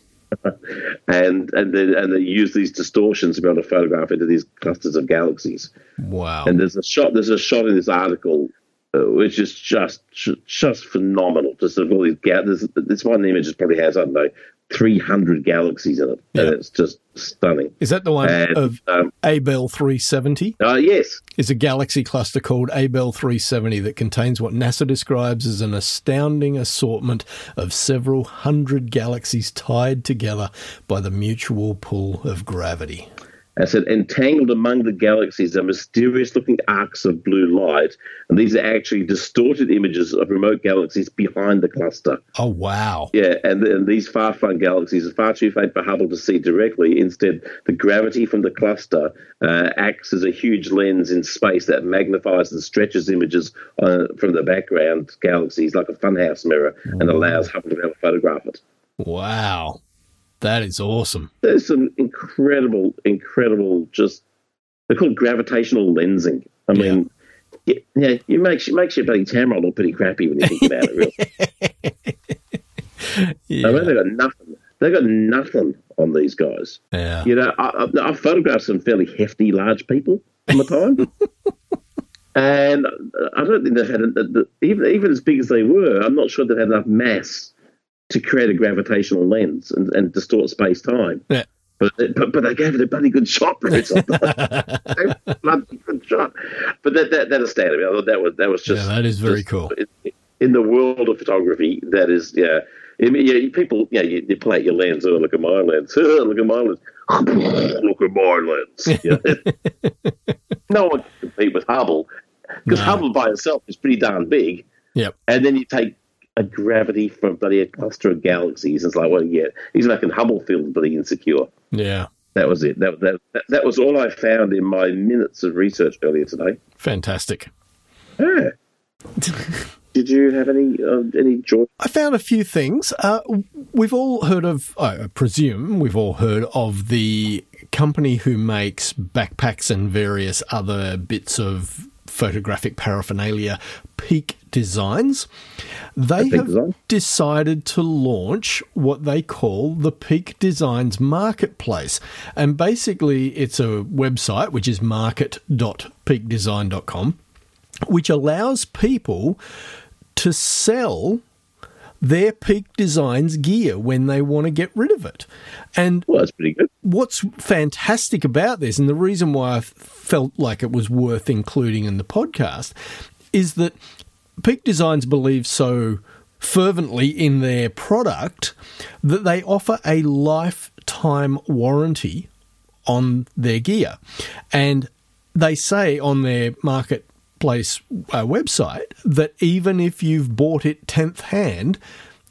Speaker 4: and and then and they use these distortions to be able to photograph into these clusters of galaxies
Speaker 3: Wow.
Speaker 4: and there's a shot there's a shot in this article uh, which is just ju- just phenomenal just of all these ga- this, this one image probably has i don't know 300 galaxies in it
Speaker 3: Yeah.
Speaker 4: and it's just stunning
Speaker 3: Is that the one
Speaker 4: And,
Speaker 3: of
Speaker 4: um,
Speaker 3: Abel 370?
Speaker 4: uh, yes,
Speaker 3: Is a galaxy cluster called Abel 370 that contains what NASA describes as an astounding assortment of several hundred galaxies tied together by the mutual pull of gravity.
Speaker 4: I said entangled among the galaxies are mysterious-looking arcs of blue light, and these are actually distorted images of remote galaxies behind the cluster.
Speaker 3: Oh, wow.
Speaker 4: Yeah, and, and these far-flung galaxies are far too faint for Hubble to see directly. Instead, the gravity from the cluster uh, acts as a huge lens in space that magnifies and stretches images uh, from the background galaxies like a funhouse mirror, and allows Hubble to be able to photograph it.
Speaker 3: Wow. That is awesome.
Speaker 4: there's some incredible, incredible, just they're called gravitational lensing. I mean, yeah, yeah it makes it makes your bloody camera look pretty crappy when you think about it. Really, I mean,
Speaker 3: Yeah.
Speaker 4: they got nothing. They got nothing on these guys.
Speaker 3: Yeah.
Speaker 4: You know, I, I, I've photographed some fairly hefty, large people on the time.
Speaker 3: [laughs]
Speaker 4: And I don't think they've had a, the- even even as big as they were. I'm not sure they've had enough mass to create a gravitational lens and, and distort space time.
Speaker 3: Yeah.
Speaker 4: But, but but they gave it a bloody good shot for it.
Speaker 3: [laughs]
Speaker 4: [laughs] A bloody good shot. But that that that astounded me. I thought that was that was just
Speaker 3: yeah, that is very
Speaker 4: just-
Speaker 3: cool.
Speaker 4: in- in the world of photography, that is, yeah. I mean, yeah, you- people, yeah, you, you play at your lens. Oh, look at my lens. [laughs] look at my lens. look at my lens. Yeah. no one can compete with Hubble because
Speaker 3: No.
Speaker 4: Hubble by itself is pretty darn big.
Speaker 3: Yep.
Speaker 4: And then you take a gravity from bloody a cluster of galaxies. And it's like, well, yeah, he's making Hubble feel bloody insecure.
Speaker 3: Yeah.
Speaker 4: That was it. That, that, that, that was all I found in my minutes of research earlier today.
Speaker 3: Fantastic.
Speaker 4: Yeah. [laughs] Did you have any um, any joy?
Speaker 3: I found a few things. Uh, we've all heard of, I presume, we've all heard of the company who makes backpacks and various other bits of photographic paraphernalia, Peak Designs. They
Speaker 4: Peak
Speaker 3: have
Speaker 4: Design.
Speaker 3: decided to launch what they call the Peak Designs Marketplace. And basically, it's a website which is market.peakdesign.com, which allows people to sell their peak designs gear when they want to get rid of it. And
Speaker 4: Well, that's pretty good.
Speaker 3: what's fantastic about this, and the reason why I felt like it was worth including in the podcast, is that Peak Designs believes so fervently in their product that they offer a lifetime warranty on their gear. And they say on their marketplace uh, website that even if you've bought it 10th hand,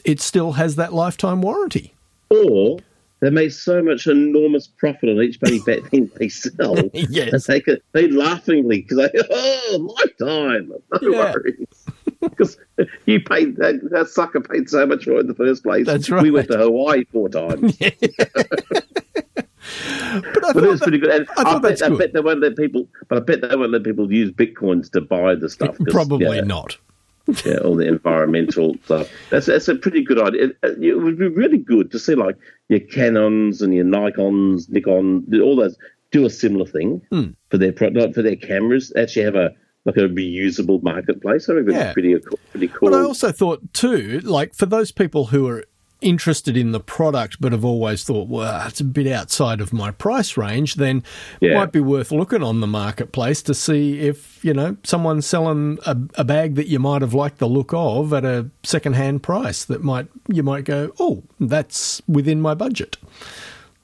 Speaker 3: it still has that lifetime warranty.
Speaker 4: Or they made so much enormous profit on
Speaker 3: [laughs]
Speaker 4: each bloody bet thing they sell.
Speaker 3: Yes.
Speaker 4: [laughs] that They, could, they laughingly, because they, oh, lifetime. No
Speaker 3: Yeah.
Speaker 4: worries. [laughs] because you paid that, that sucker paid so much for it in the first place.
Speaker 3: That's
Speaker 4: We
Speaker 3: right.
Speaker 4: went to Hawaii four times.
Speaker 3: But I
Speaker 4: But it was
Speaker 3: thought
Speaker 4: pretty good. And
Speaker 3: [laughs] I thought
Speaker 4: bet,
Speaker 3: that's
Speaker 4: I
Speaker 3: good.
Speaker 4: bet they won't let people. But I bet they won't let people use bitcoins to buy the stuff. 'cause,
Speaker 3: probably
Speaker 4: yeah,
Speaker 3: not.
Speaker 4: yeah, all uh, the
Speaker 3: [laughs]
Speaker 4: environmental stuff. That's that's a pretty good idea. It, it would be really good to see like your Canons and your Nikon's, Nikon, all those do a similar thing
Speaker 3: Hmm.
Speaker 4: for their pro- like, for their cameras. Actually, have a like a reusable marketplace. I think that's
Speaker 3: Yeah.
Speaker 4: pretty pretty cool.
Speaker 3: But I also thought too, like for those people who are interested in the product but have always thought, well, it's a bit outside of my price range, then it
Speaker 4: Yeah.
Speaker 3: might be worth looking on the marketplace to see if, you know, someone's selling a, a bag that you might have liked the look of at a secondhand price that might you might go, Oh, that's within my budget.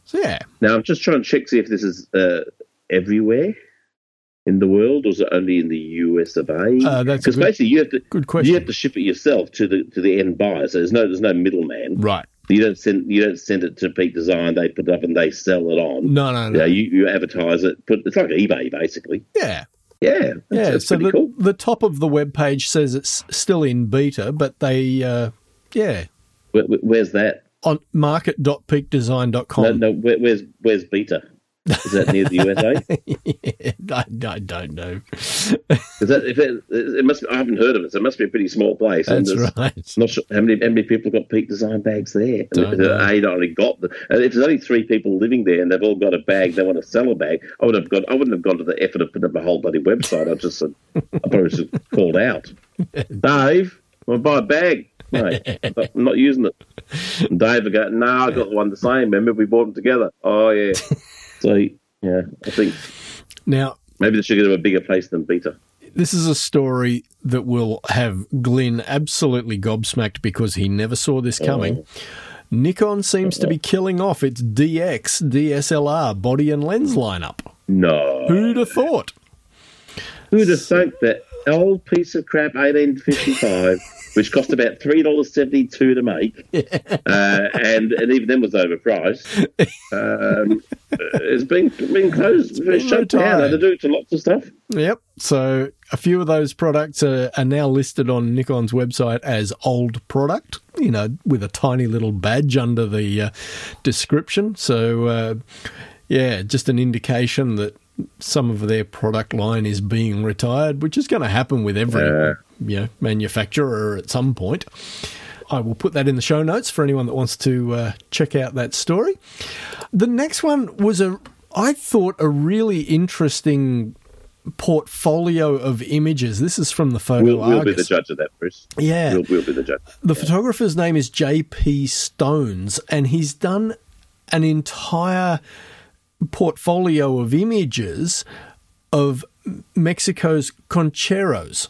Speaker 3: So yeah.
Speaker 4: Now I'm just trying to check see if this is uh, everywhere in the world, or is it only in the US of A?
Speaker 3: Uh, that's a
Speaker 4: because
Speaker 3: good-
Speaker 4: basically you have to
Speaker 3: good question.
Speaker 4: You have to ship it yourself to the to the end buyer. So there's no there's no middleman.
Speaker 3: Right.
Speaker 4: You don't send you don't send it to Peak Design. They put it up and they sell it on.
Speaker 3: No, no, no.
Speaker 4: Yeah, you, you advertise it. Put it's like eBay basically.
Speaker 3: Yeah.
Speaker 4: Yeah, that's,
Speaker 3: Yeah,
Speaker 4: that's
Speaker 3: so the,
Speaker 4: pretty cool.
Speaker 3: the top of the web page says it's still in beta, but they, uh, yeah,
Speaker 4: Where, where- where's that?
Speaker 3: on market.peakdesign.com. [laughs]
Speaker 4: No, no. Where, where's where's Beta? Is that near the USA?
Speaker 3: [laughs] I, I don't
Speaker 4: [laughs]
Speaker 3: know.
Speaker 4: Is that if it, it must? I haven't heard of it. So it must be a pretty small place. And
Speaker 3: That's
Speaker 4: there's-
Speaker 3: right.
Speaker 4: Not sure how many how many people got peak design bags there. And
Speaker 3: Don't
Speaker 4: if
Speaker 3: know.
Speaker 4: they'd only got the, and if there's only three people living there and they've all got a bag, they want to sell a bag. I would have got I wouldn't have gone to the effort of putting up a whole bloody website. I just said I probably should have
Speaker 3: [laughs]
Speaker 4: called out. Dave, I want to buy a bag. Mate, I'm not using it. And Dave would go, No, I got the one the same, remember we bought them together.
Speaker 3: [laughs]
Speaker 4: Oh yeah. So yeah, I think
Speaker 3: Now,
Speaker 4: maybe they should go to a bigger place than Beta.
Speaker 3: this is a story that will have Glyn absolutely gobsmacked because he never saw
Speaker 4: Oh.
Speaker 3: this coming. Nikon seems to be killing off its DX DSLR body and lens lineup.
Speaker 4: No.
Speaker 3: Who'd have thought?
Speaker 4: Who'd have thunk that old piece of crap 1855, which cost about three dollars seventy two to make, uh, and and even then was overpriced, um, has been been closed,
Speaker 3: been
Speaker 4: shut down.
Speaker 3: retired.
Speaker 4: They do it to lots of stuff.
Speaker 3: Yep. So a few of those products are, are now listed on Nikon's website as old product, you know, with a tiny little badge under the uh, description. So, uh, yeah, just an indication that some of their product line is being retired, which is going to happen with every
Speaker 4: Yeah.
Speaker 3: you know, manufacturer at some point. I will put that in the show notes for anyone that wants to uh, check out that story. The next one was a, I thought, a really interesting portfolio of images. This is from the photo
Speaker 4: We'll, we'll be
Speaker 3: Argus.
Speaker 4: the judge of that, Bruce.
Speaker 3: Yeah.
Speaker 4: we'll, we'll be the judge.
Speaker 3: The photographer's name is J.P. Stones, and he's done an entire portfolio of images of Mexico's concheros.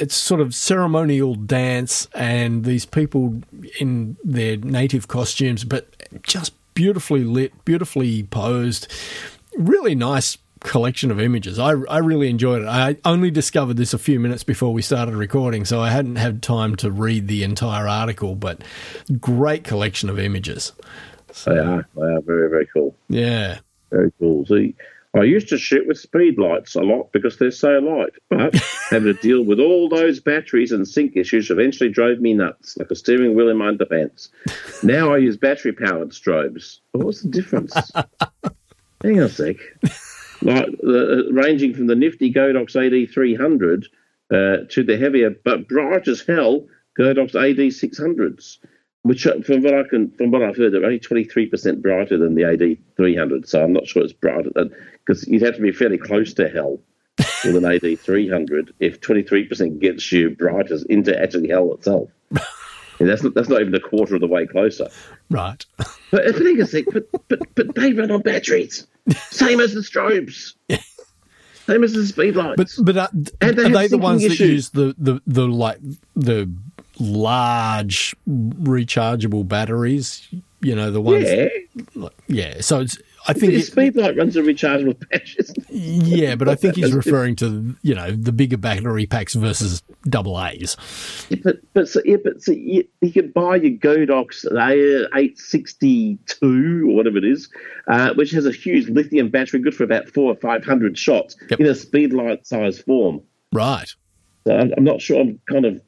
Speaker 3: It's sort of ceremonial dance, and these people in their native costumes, but just beautifully lit, beautifully posed. Really nice collection of images. I, I really enjoyed it. I only discovered this a few minutes before we started recording, so I hadn't had time to read the entire article, but great collection of images.
Speaker 4: They are, they are very, very cool.
Speaker 3: Yeah.
Speaker 4: Very cool. See, I used to shoot with speed lights a lot because they're so light, but having to deal with all those batteries and sync issues eventually drove me nuts, like a steering wheel in my underpants. Now I use battery powered strobes. But what's the difference? Hang on a sec. Like the, ranging from the nifty Godox AD300 uh, to the heavier but bright as hell Godox AD600s which uh, from what I can from what I've heard are only twenty three percent brighter than the AD three hundred. So I'm not sure it's brighter than because you'd have to be fairly close to hell with an AD three hundred if twenty three percent gets you brighter into actually hell itself. And that's not, that's not even a quarter of the way closer.
Speaker 3: Right.
Speaker 4: But if you think but, but but they run on batteries, same as the strobes, same as the speed lights.
Speaker 3: But but are,
Speaker 4: And they
Speaker 3: are
Speaker 4: have
Speaker 3: they the
Speaker 4: sinking
Speaker 3: ones that
Speaker 4: issues.
Speaker 3: use the, the, the like the large rechargeable batteries? You know the ones.
Speaker 4: yeah,
Speaker 3: Yeah, So it's. I think.
Speaker 4: the
Speaker 3: It,
Speaker 4: speed light runs a rechargeable [laughs] batteries.
Speaker 3: yeah, but I think
Speaker 4: [laughs]
Speaker 3: he's referring to you know the bigger battery packs versus double A's.
Speaker 4: Yeah, but but so, yeah, but so you, you can buy your Godox uh, eight sixty two or whatever it is, uh, which has a huge lithium battery, good for about four or five hundred shots
Speaker 3: Yep.
Speaker 4: in a speed light size form.
Speaker 3: Right.
Speaker 4: So I'm, I'm not sure I'm kind of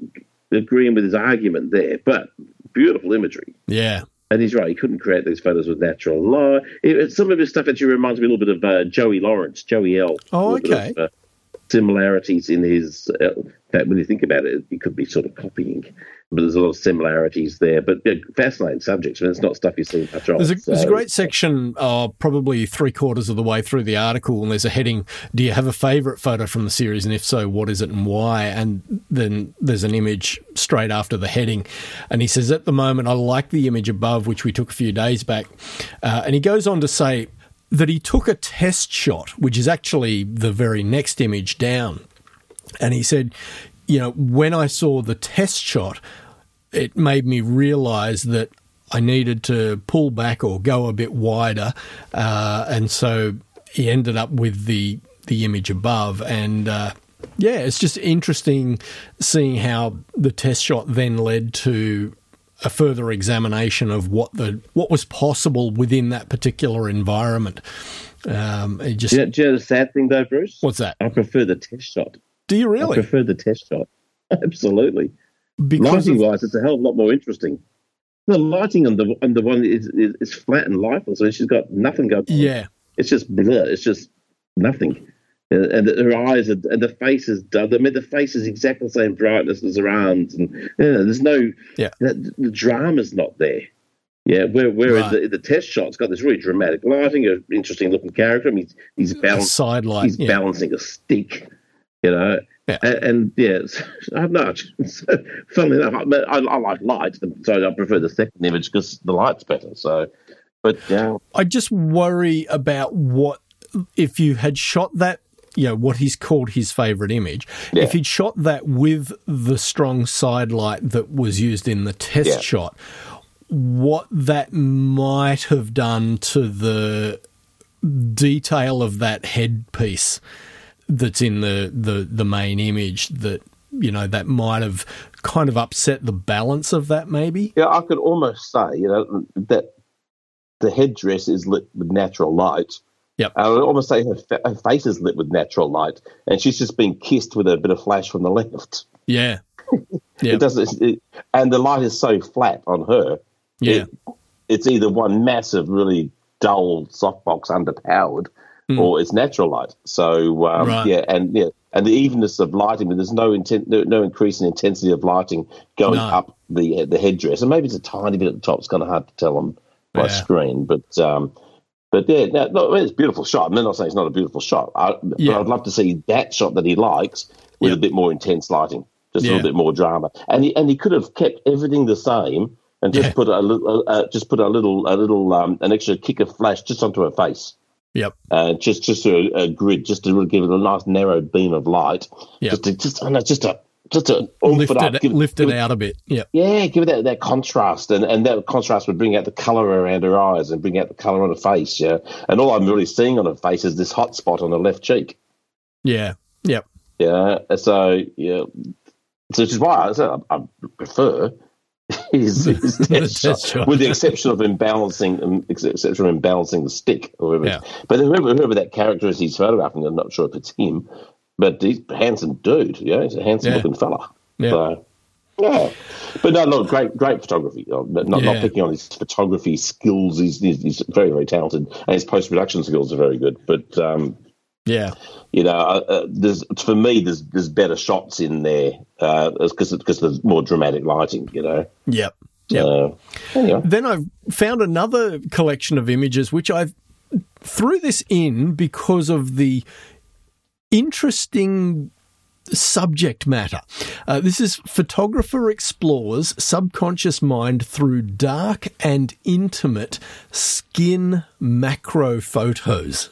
Speaker 4: agreeing with his argument there, but beautiful imagery.
Speaker 3: Yeah.
Speaker 4: And he's right. He couldn't create these photos with natural light. It, it- some of his stuff actually reminds me a little bit of uh, Joey Lawrence, Joey L.
Speaker 3: Oh,
Speaker 4: A little bit
Speaker 3: okay.
Speaker 4: of, uh, similarities in his. Uh, that when you think about it, it could be sort of copying, but there's a lot of similarities there. But yeah, fascinating subjects, and it's not stuff you see much of.
Speaker 3: There's a, there's a
Speaker 4: so-
Speaker 3: great section, uh, probably three quarters of the way through the article, and there's a heading Do you have a favourite photo from the series? And if so, what is it and why? And then there's an image straight after the heading. And he says, At the moment, I like the image above, which we took a few days back. Uh, and he goes on to say that he took a test shot, which is actually the very next image down. And he said, you know, when I saw the test shot, it made me realize that I needed to pull back or go a bit wider. Uh, and so he ended up with the, the image above. And uh, yeah, it's just interesting seeing how the test shot then led to a further examination of what the what was possible within that particular environment. Um, it just
Speaker 4: Do you, know, do you know the sad thing though, Bruce?
Speaker 3: what's that?
Speaker 4: I prefer the test shot.
Speaker 3: Do you really?
Speaker 4: I prefer the test shot. [laughs] Absolutely.
Speaker 3: Because
Speaker 4: Lighting
Speaker 3: of-
Speaker 4: wise, it's a hell of a lot more interesting. The lighting on the on the one is, is, is flat and lifeless, and she's got nothing going. on.
Speaker 3: yeah.
Speaker 4: it's just blur. It's just nothing. And and her eyes are, and the face is done. I mean, the face is exactly the same brightness as her arms, and you know, there's no
Speaker 3: Yeah.
Speaker 4: that, the drama's not there. Yeah, where, whereas
Speaker 3: Right.
Speaker 4: the, the test shot's got this really dramatic lighting, an interesting looking character. I mean, he's, he's
Speaker 3: A
Speaker 4: balanced
Speaker 3: side light.
Speaker 4: um, he's
Speaker 3: yeah.
Speaker 4: balancing a stick, you know.
Speaker 3: Yeah.
Speaker 4: And, and yeah, [laughs] it's- I don't know. It's- Funnily enough, I, but I, I like light, so I prefer the second image because the light's better. So, but yeah,
Speaker 3: I just worry about what if you had shot that, you know, what he's called his favorite image.
Speaker 1: Yeah.
Speaker 3: If he'd shot that with the strong side light that was used in the test
Speaker 1: Yeah.
Speaker 3: shot, what that might have done to the detail of that headpiece that's in the, the, the main image that you know that might have kind of upset the balance of that maybe
Speaker 1: Yeah, I could almost say, Uh, you know, that the headdress is lit with natural light.
Speaker 3: Yep.
Speaker 1: I would almost say her, fa- her face is lit with natural light, and she's just been kissed with a bit of flash from the left.
Speaker 3: yeah
Speaker 1: [laughs]
Speaker 3: yeah
Speaker 1: It doesn't, it, and the light is so flat on her.
Speaker 3: yeah
Speaker 1: It, it's either one massive, really dull softbox, underpowered, or it's natural light. So um,
Speaker 3: Hmm. Right.
Speaker 1: yeah, and yeah, and the evenness of lighting, but there's no intent, no, no increase in intensity of lighting going
Speaker 3: No.
Speaker 1: up the the headdress, and maybe it's a tiny bit at the top. It's kind of hard to tell on my
Speaker 3: Yeah.
Speaker 1: screen, but. Um, but yeah, no, no, it's a beautiful shot. I'm not saying it's not a beautiful shot. I,
Speaker 3: Yeah.
Speaker 1: But I'd love to see that shot that he likes with
Speaker 3: Yep.
Speaker 1: a bit more intense lighting, just a
Speaker 3: Yeah.
Speaker 1: little bit more drama. And he, and he could have kept everything the same and just
Speaker 3: Yeah.
Speaker 1: put a little, uh, just put a little, a little, um, an extra kick of flash just onto her face,
Speaker 3: yep
Speaker 1: uh, just just a, a grid, just to really give it a nice narrow beam of light,
Speaker 3: Yeah.
Speaker 1: just to, just, I don't know, just a just a oomph
Speaker 3: lift
Speaker 1: it up,
Speaker 3: it,
Speaker 1: give-
Speaker 3: lift
Speaker 1: give
Speaker 3: it out a bit. Yeah,
Speaker 1: yeah, give it that, that contrast, and, and that contrast would bring out the color around her eyes and bring out the color on her face. Yeah, and all I'm really seeing on her face is this hot spot on her left cheek.
Speaker 3: yeah, yep,
Speaker 1: Yeah, so yeah, so which is why I, said I, I prefer [laughs] his,
Speaker 3: [laughs]
Speaker 1: his test,
Speaker 3: test
Speaker 1: shot,
Speaker 3: shot.
Speaker 1: with the exception of him balancing, um, ex- exception of him balancing the stick. Or whoever. it is.
Speaker 3: Yeah.
Speaker 1: But whoever, whoever that character is, he's photographing. I'm not sure if it's him, but he's a handsome dude. Yeah, he's a handsome
Speaker 3: Yeah.
Speaker 1: looking fella.
Speaker 3: Yeah.
Speaker 1: So, yeah, but no, no, great, great photography. Uh, Not,
Speaker 3: Yeah.
Speaker 1: not picking on his photography skills. He's, he's, he's very, very talented, and his post production skills are very good. But um,
Speaker 3: yeah,
Speaker 1: you know, uh, uh, there's for me there's there's better shots in there uh, because because there's more dramatic lighting, you know.
Speaker 3: yep, yep.
Speaker 1: So, anyway.
Speaker 3: then I found another collection of images which I threw this in because of the interesting subject matter. Uh, this is Photographer Explores Subconscious Mind Through Dark and Intimate Skin Macro Photos.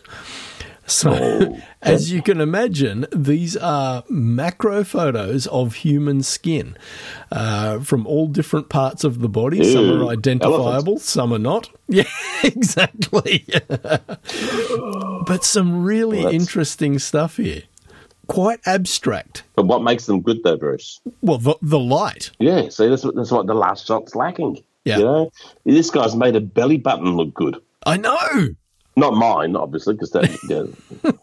Speaker 3: So,
Speaker 1: Oh,
Speaker 3: [laughs] as you can imagine, these are macro photos of human skin uh, from all different parts of the body. some
Speaker 1: Ew,
Speaker 3: are identifiable, some are not. [laughs] Yeah, exactly. [laughs] but some really
Speaker 1: Well, that's-
Speaker 3: interesting stuff here. Quite abstract.
Speaker 1: But what makes them good though, Bruce?
Speaker 3: Well, the, the light.
Speaker 1: Yeah, see, that's what that's what the last shot's lacking.
Speaker 3: Yeah.
Speaker 1: you know, this guy's made a belly button look good.
Speaker 3: I know.
Speaker 1: Not mine, obviously, because that. yeah. [laughs]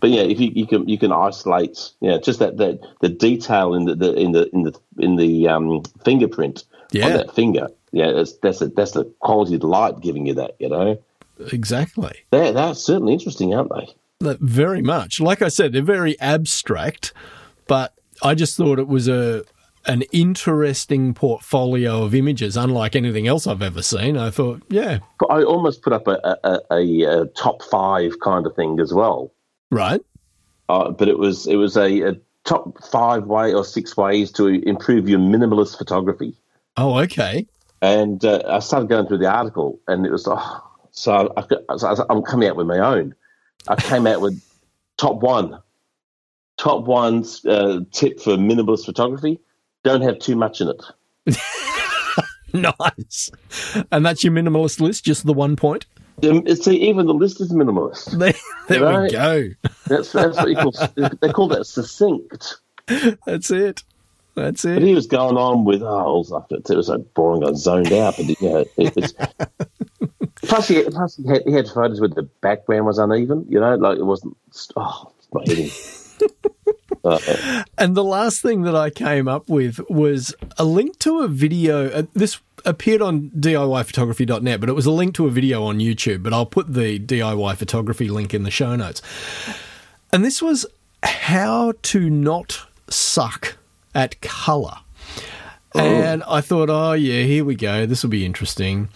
Speaker 1: But yeah, if you, you can you can isolate, yeah, just that, that the detail in the, the in the in the in the um, fingerprint
Speaker 3: Yeah.
Speaker 1: on that finger. Yeah, that's that's the, that's the quality of the light giving you that. You know,
Speaker 3: Exactly.
Speaker 1: they they're certainly interesting, aren't they?
Speaker 3: That- Very much. Like I said, they're very abstract, but I just thought it was a an interesting portfolio of images, unlike anything else I've ever seen. I thought, yeah,
Speaker 1: But I almost put up a a, a, a top five kind of thing as well.
Speaker 3: right.
Speaker 1: uh, but it was it was a, a top five way or six ways to improve your minimalist photography.
Speaker 3: Oh, okay. [laughs]
Speaker 1: And uh, I started going through the article, and it was oh, so, I, I- so I, I'm coming out with my own. I came out with top one, top one's uh, tip for minimalist photography: don't have too much in it.
Speaker 3: Nice. And that's your minimalist list, just the one point. [laughs]
Speaker 1: Um, See, even the list is minimalist.
Speaker 3: There, there we
Speaker 1: Right.
Speaker 3: go.
Speaker 1: That's, that's what you call, [laughs] they call that succinct.
Speaker 3: That's it. That's
Speaker 1: But
Speaker 3: it.
Speaker 1: he was going on with oh, it was, it was so boring. I zoned out. But you know, it,
Speaker 3: [laughs]
Speaker 1: it's, plus, he, plus he, had, he had photos where the background was uneven. You know, like it wasn't. Oh, it's not hitting. Uh,
Speaker 3: And the last thing that I came up with was a link to a video. Uh, this appeared on DIYphotography.net, but it was a link to a video on YouTube. But I'll put the DIY photography link in the show notes. And this was how to not suck at color. And I thought, oh, yeah, here we go. This will be interesting.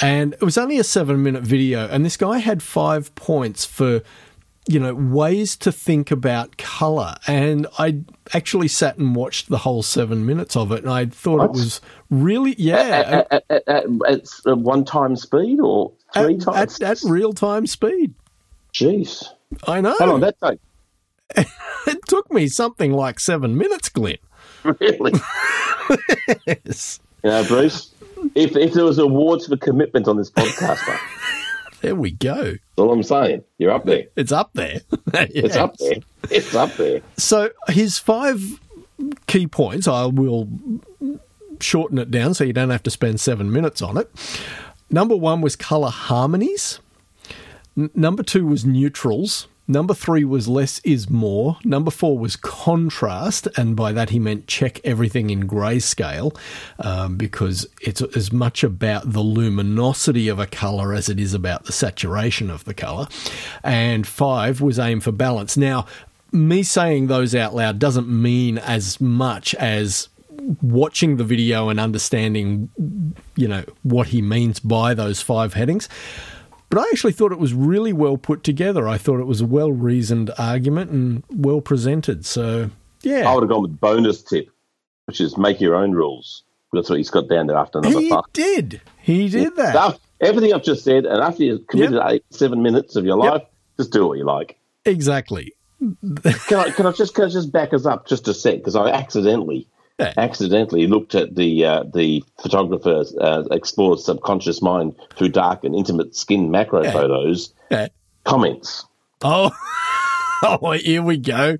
Speaker 3: And it was only a seven minute video. And this guy had five points for, you know, ways to think about color. And I actually sat and watched the whole seven minutes of it. And I thought it
Speaker 1: What?
Speaker 3: was really, yeah,
Speaker 1: at, at, at, at one time speed or three
Speaker 3: at,
Speaker 1: times.
Speaker 3: at, at real time speed.
Speaker 1: Jeez,
Speaker 3: I know.
Speaker 1: how long did that
Speaker 3: [laughs] It took me something like seven minutes, Glenn.
Speaker 1: take? Really,
Speaker 3: [laughs] Yes.
Speaker 1: you know, Bruce. If if there was awards for commitment on this podcast, mate,
Speaker 3: There we go.
Speaker 1: that's all I'm saying. You're up there.
Speaker 3: It's up there. [laughs]
Speaker 1: It's up there. It's up there.
Speaker 3: So his five key points, I will shorten it down so you don't have to spend seven minutes on it. Number one was color harmonies. N- number two was neutrals. Number three was less is more. Number four was contrast, and by that he meant check everything in grayscale um, because it's as much about the luminosity of a color as it is about the saturation of the color. And five was aim for balance. Now, me saying those out loud doesn't mean as much as watching the video and understanding, you know, what he means by those five headings. But I actually thought it was really well put together. I thought it was a well reasoned argument and well presented. So, yeah.
Speaker 1: I would have gone with bonus tip, which is make your own rules. That's what he's got down there after number
Speaker 3: he
Speaker 1: five.
Speaker 3: did. He did that.
Speaker 1: Now, everything I've just said, and after you've committed eight, seven minutes of your
Speaker 3: Yep.
Speaker 1: life, just do what you like.
Speaker 3: Exactly.
Speaker 1: Can I, can I just can I just back us up just a sec? Because I accidentally,
Speaker 3: Yeah.
Speaker 1: accidentally looked at the uh, the photographer uh, explores subconscious mind through dark and intimate skin macro photos
Speaker 3: Yeah.
Speaker 1: comments.
Speaker 3: Oh. [laughs] Oh, here we go.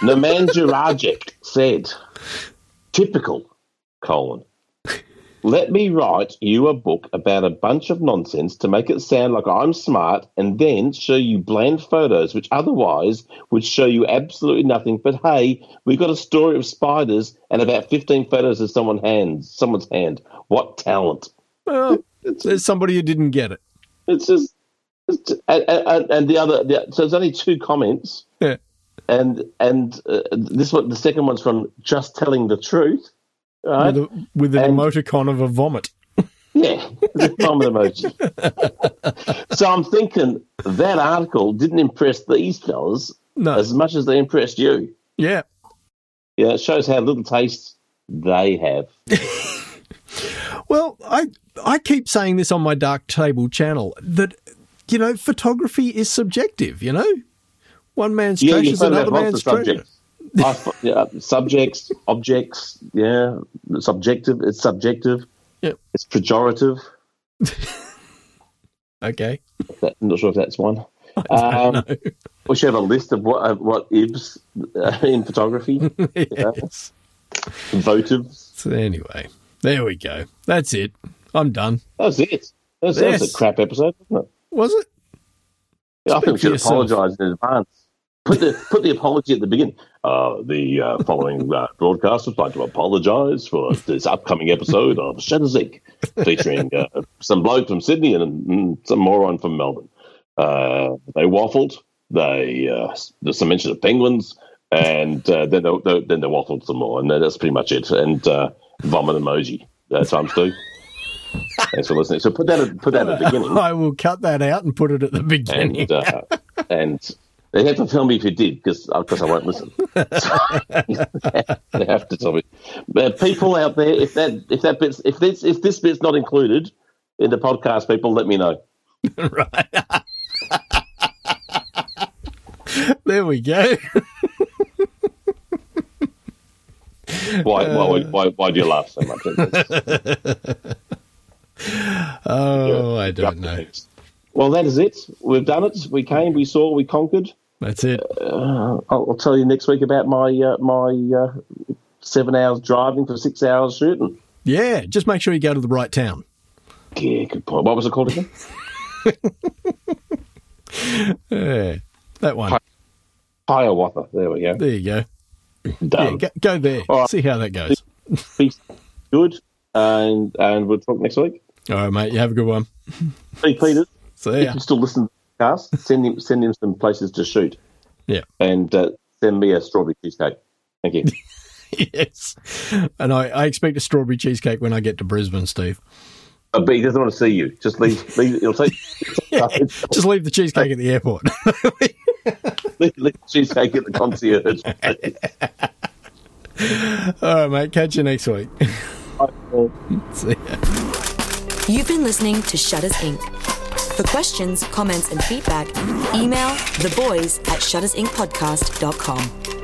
Speaker 1: Nemanja Rajic said, typical, colon. Let me write you a book about a bunch of nonsense to make it sound like I'm smart and then show you bland photos which otherwise would show you absolutely nothing. But hey, we got a story of spiders and about 15 photos of someone hands, someone's hand. What talent.
Speaker 3: Well, there's somebody who didn't get it.
Speaker 1: It's just, it's just- and, and, and the other, the, so there's only two comments.
Speaker 3: Yeah.
Speaker 1: and and uh, this one, the second one's from just telling the truth, right?
Speaker 3: With, a, with an
Speaker 1: And-
Speaker 3: emoticon of a vomit.
Speaker 1: yeah, the vomit
Speaker 3: [laughs]
Speaker 1: emoji. so I'm thinking that article didn't impress these fellas
Speaker 3: No.
Speaker 1: as much as they impressed you.
Speaker 3: Yeah.
Speaker 1: Yeah, it shows how little taste they have.
Speaker 3: Well, I I keep saying this on my Dark Table channel that you know photography is subjective. You know, one man's
Speaker 1: Yeah,
Speaker 3: trash
Speaker 1: you
Speaker 3: is
Speaker 1: found out
Speaker 3: another
Speaker 1: lots of
Speaker 3: man's treasure.
Speaker 1: subjects. I f yeah, subjects, objects, yeah, subjective. It's subjective.
Speaker 3: Yeah.
Speaker 1: It's pejorative.
Speaker 3: Okay. [laughs]
Speaker 1: That, I'm not sure if that's one. Um, we should have a list of what of what ibs uh, in photography,
Speaker 3: [laughs] yes.
Speaker 1: votives.
Speaker 3: So anyway, there we go. That's it. I'm done.
Speaker 1: That's it. That's, that was
Speaker 3: Yes.
Speaker 1: a crap episode, wasn't
Speaker 3: Was it?
Speaker 1: it? I think
Speaker 3: Speak
Speaker 1: we
Speaker 3: for
Speaker 1: should
Speaker 3: yourself.
Speaker 1: apologise in advance. put the put the apology at the beginning. Uh, the uh, following uh, broadcast would like to apologise for this upcoming episode of Shadowzik, featuring uh, some bloke from Sydney and, mm, some moron from Melbourne. Uh, they waffled. They uh, s- there's some mention of penguins, and uh, then they, they, then they waffled some more, and that's pretty much it. And uh, vomit emoji uh, times two. Thanks for listening. So put that at, put that at the beginning
Speaker 3: I will cut that out and put it at the
Speaker 1: [laughs]
Speaker 3: beginning.
Speaker 1: and uh, and they have to tell me if you did because I won't listen. [laughs] they have to tell me. But people out there, if that if that bit's if this if this bit's not included in the podcast, people let me know.
Speaker 3: there we go.
Speaker 1: Why why why, why do you laugh so much?
Speaker 3: Oh, I don't know.
Speaker 1: Well, that is it. We've done it. We came. We saw. We conquered.
Speaker 3: That's it.
Speaker 1: Uh, I'll, I'll tell you next week about my uh, my uh, seven hours driving for six hours shooting.
Speaker 3: Yeah, just make sure you go to the right town.
Speaker 1: Yeah, good point. What was it called again?
Speaker 3: Yeah, that one.
Speaker 1: Hiawatha. There we go.
Speaker 3: There you go. Yeah,
Speaker 1: Done.
Speaker 3: go, go there.
Speaker 1: Um, All right.
Speaker 3: See how that goes.
Speaker 1: be good, and and we'll talk next week.
Speaker 3: All right, mate. You have a good one.
Speaker 1: Hey, Peter,
Speaker 3: See
Speaker 1: if
Speaker 3: ya.
Speaker 1: you still listen to the podcast, send him send him some places to shoot,
Speaker 3: Yeah.
Speaker 1: and uh, send me a strawberry cheesecake. Thank you.
Speaker 3: Yes. And I, I expect a strawberry cheesecake when I get to Brisbane, Steve.
Speaker 1: Uh, but he doesn't want to see you. Just leave. leave he'll take [laughs]
Speaker 3: [laughs] Just leave the cheesecake at the airport. [laughs]
Speaker 1: leave, leave the cheesecake at the concierge.
Speaker 3: All right, mate. Catch you next week. See ya.
Speaker 2: You've been listening to Shutters Inc. For questions, comments, and feedback, email the boys at shuttersincpodcast.com.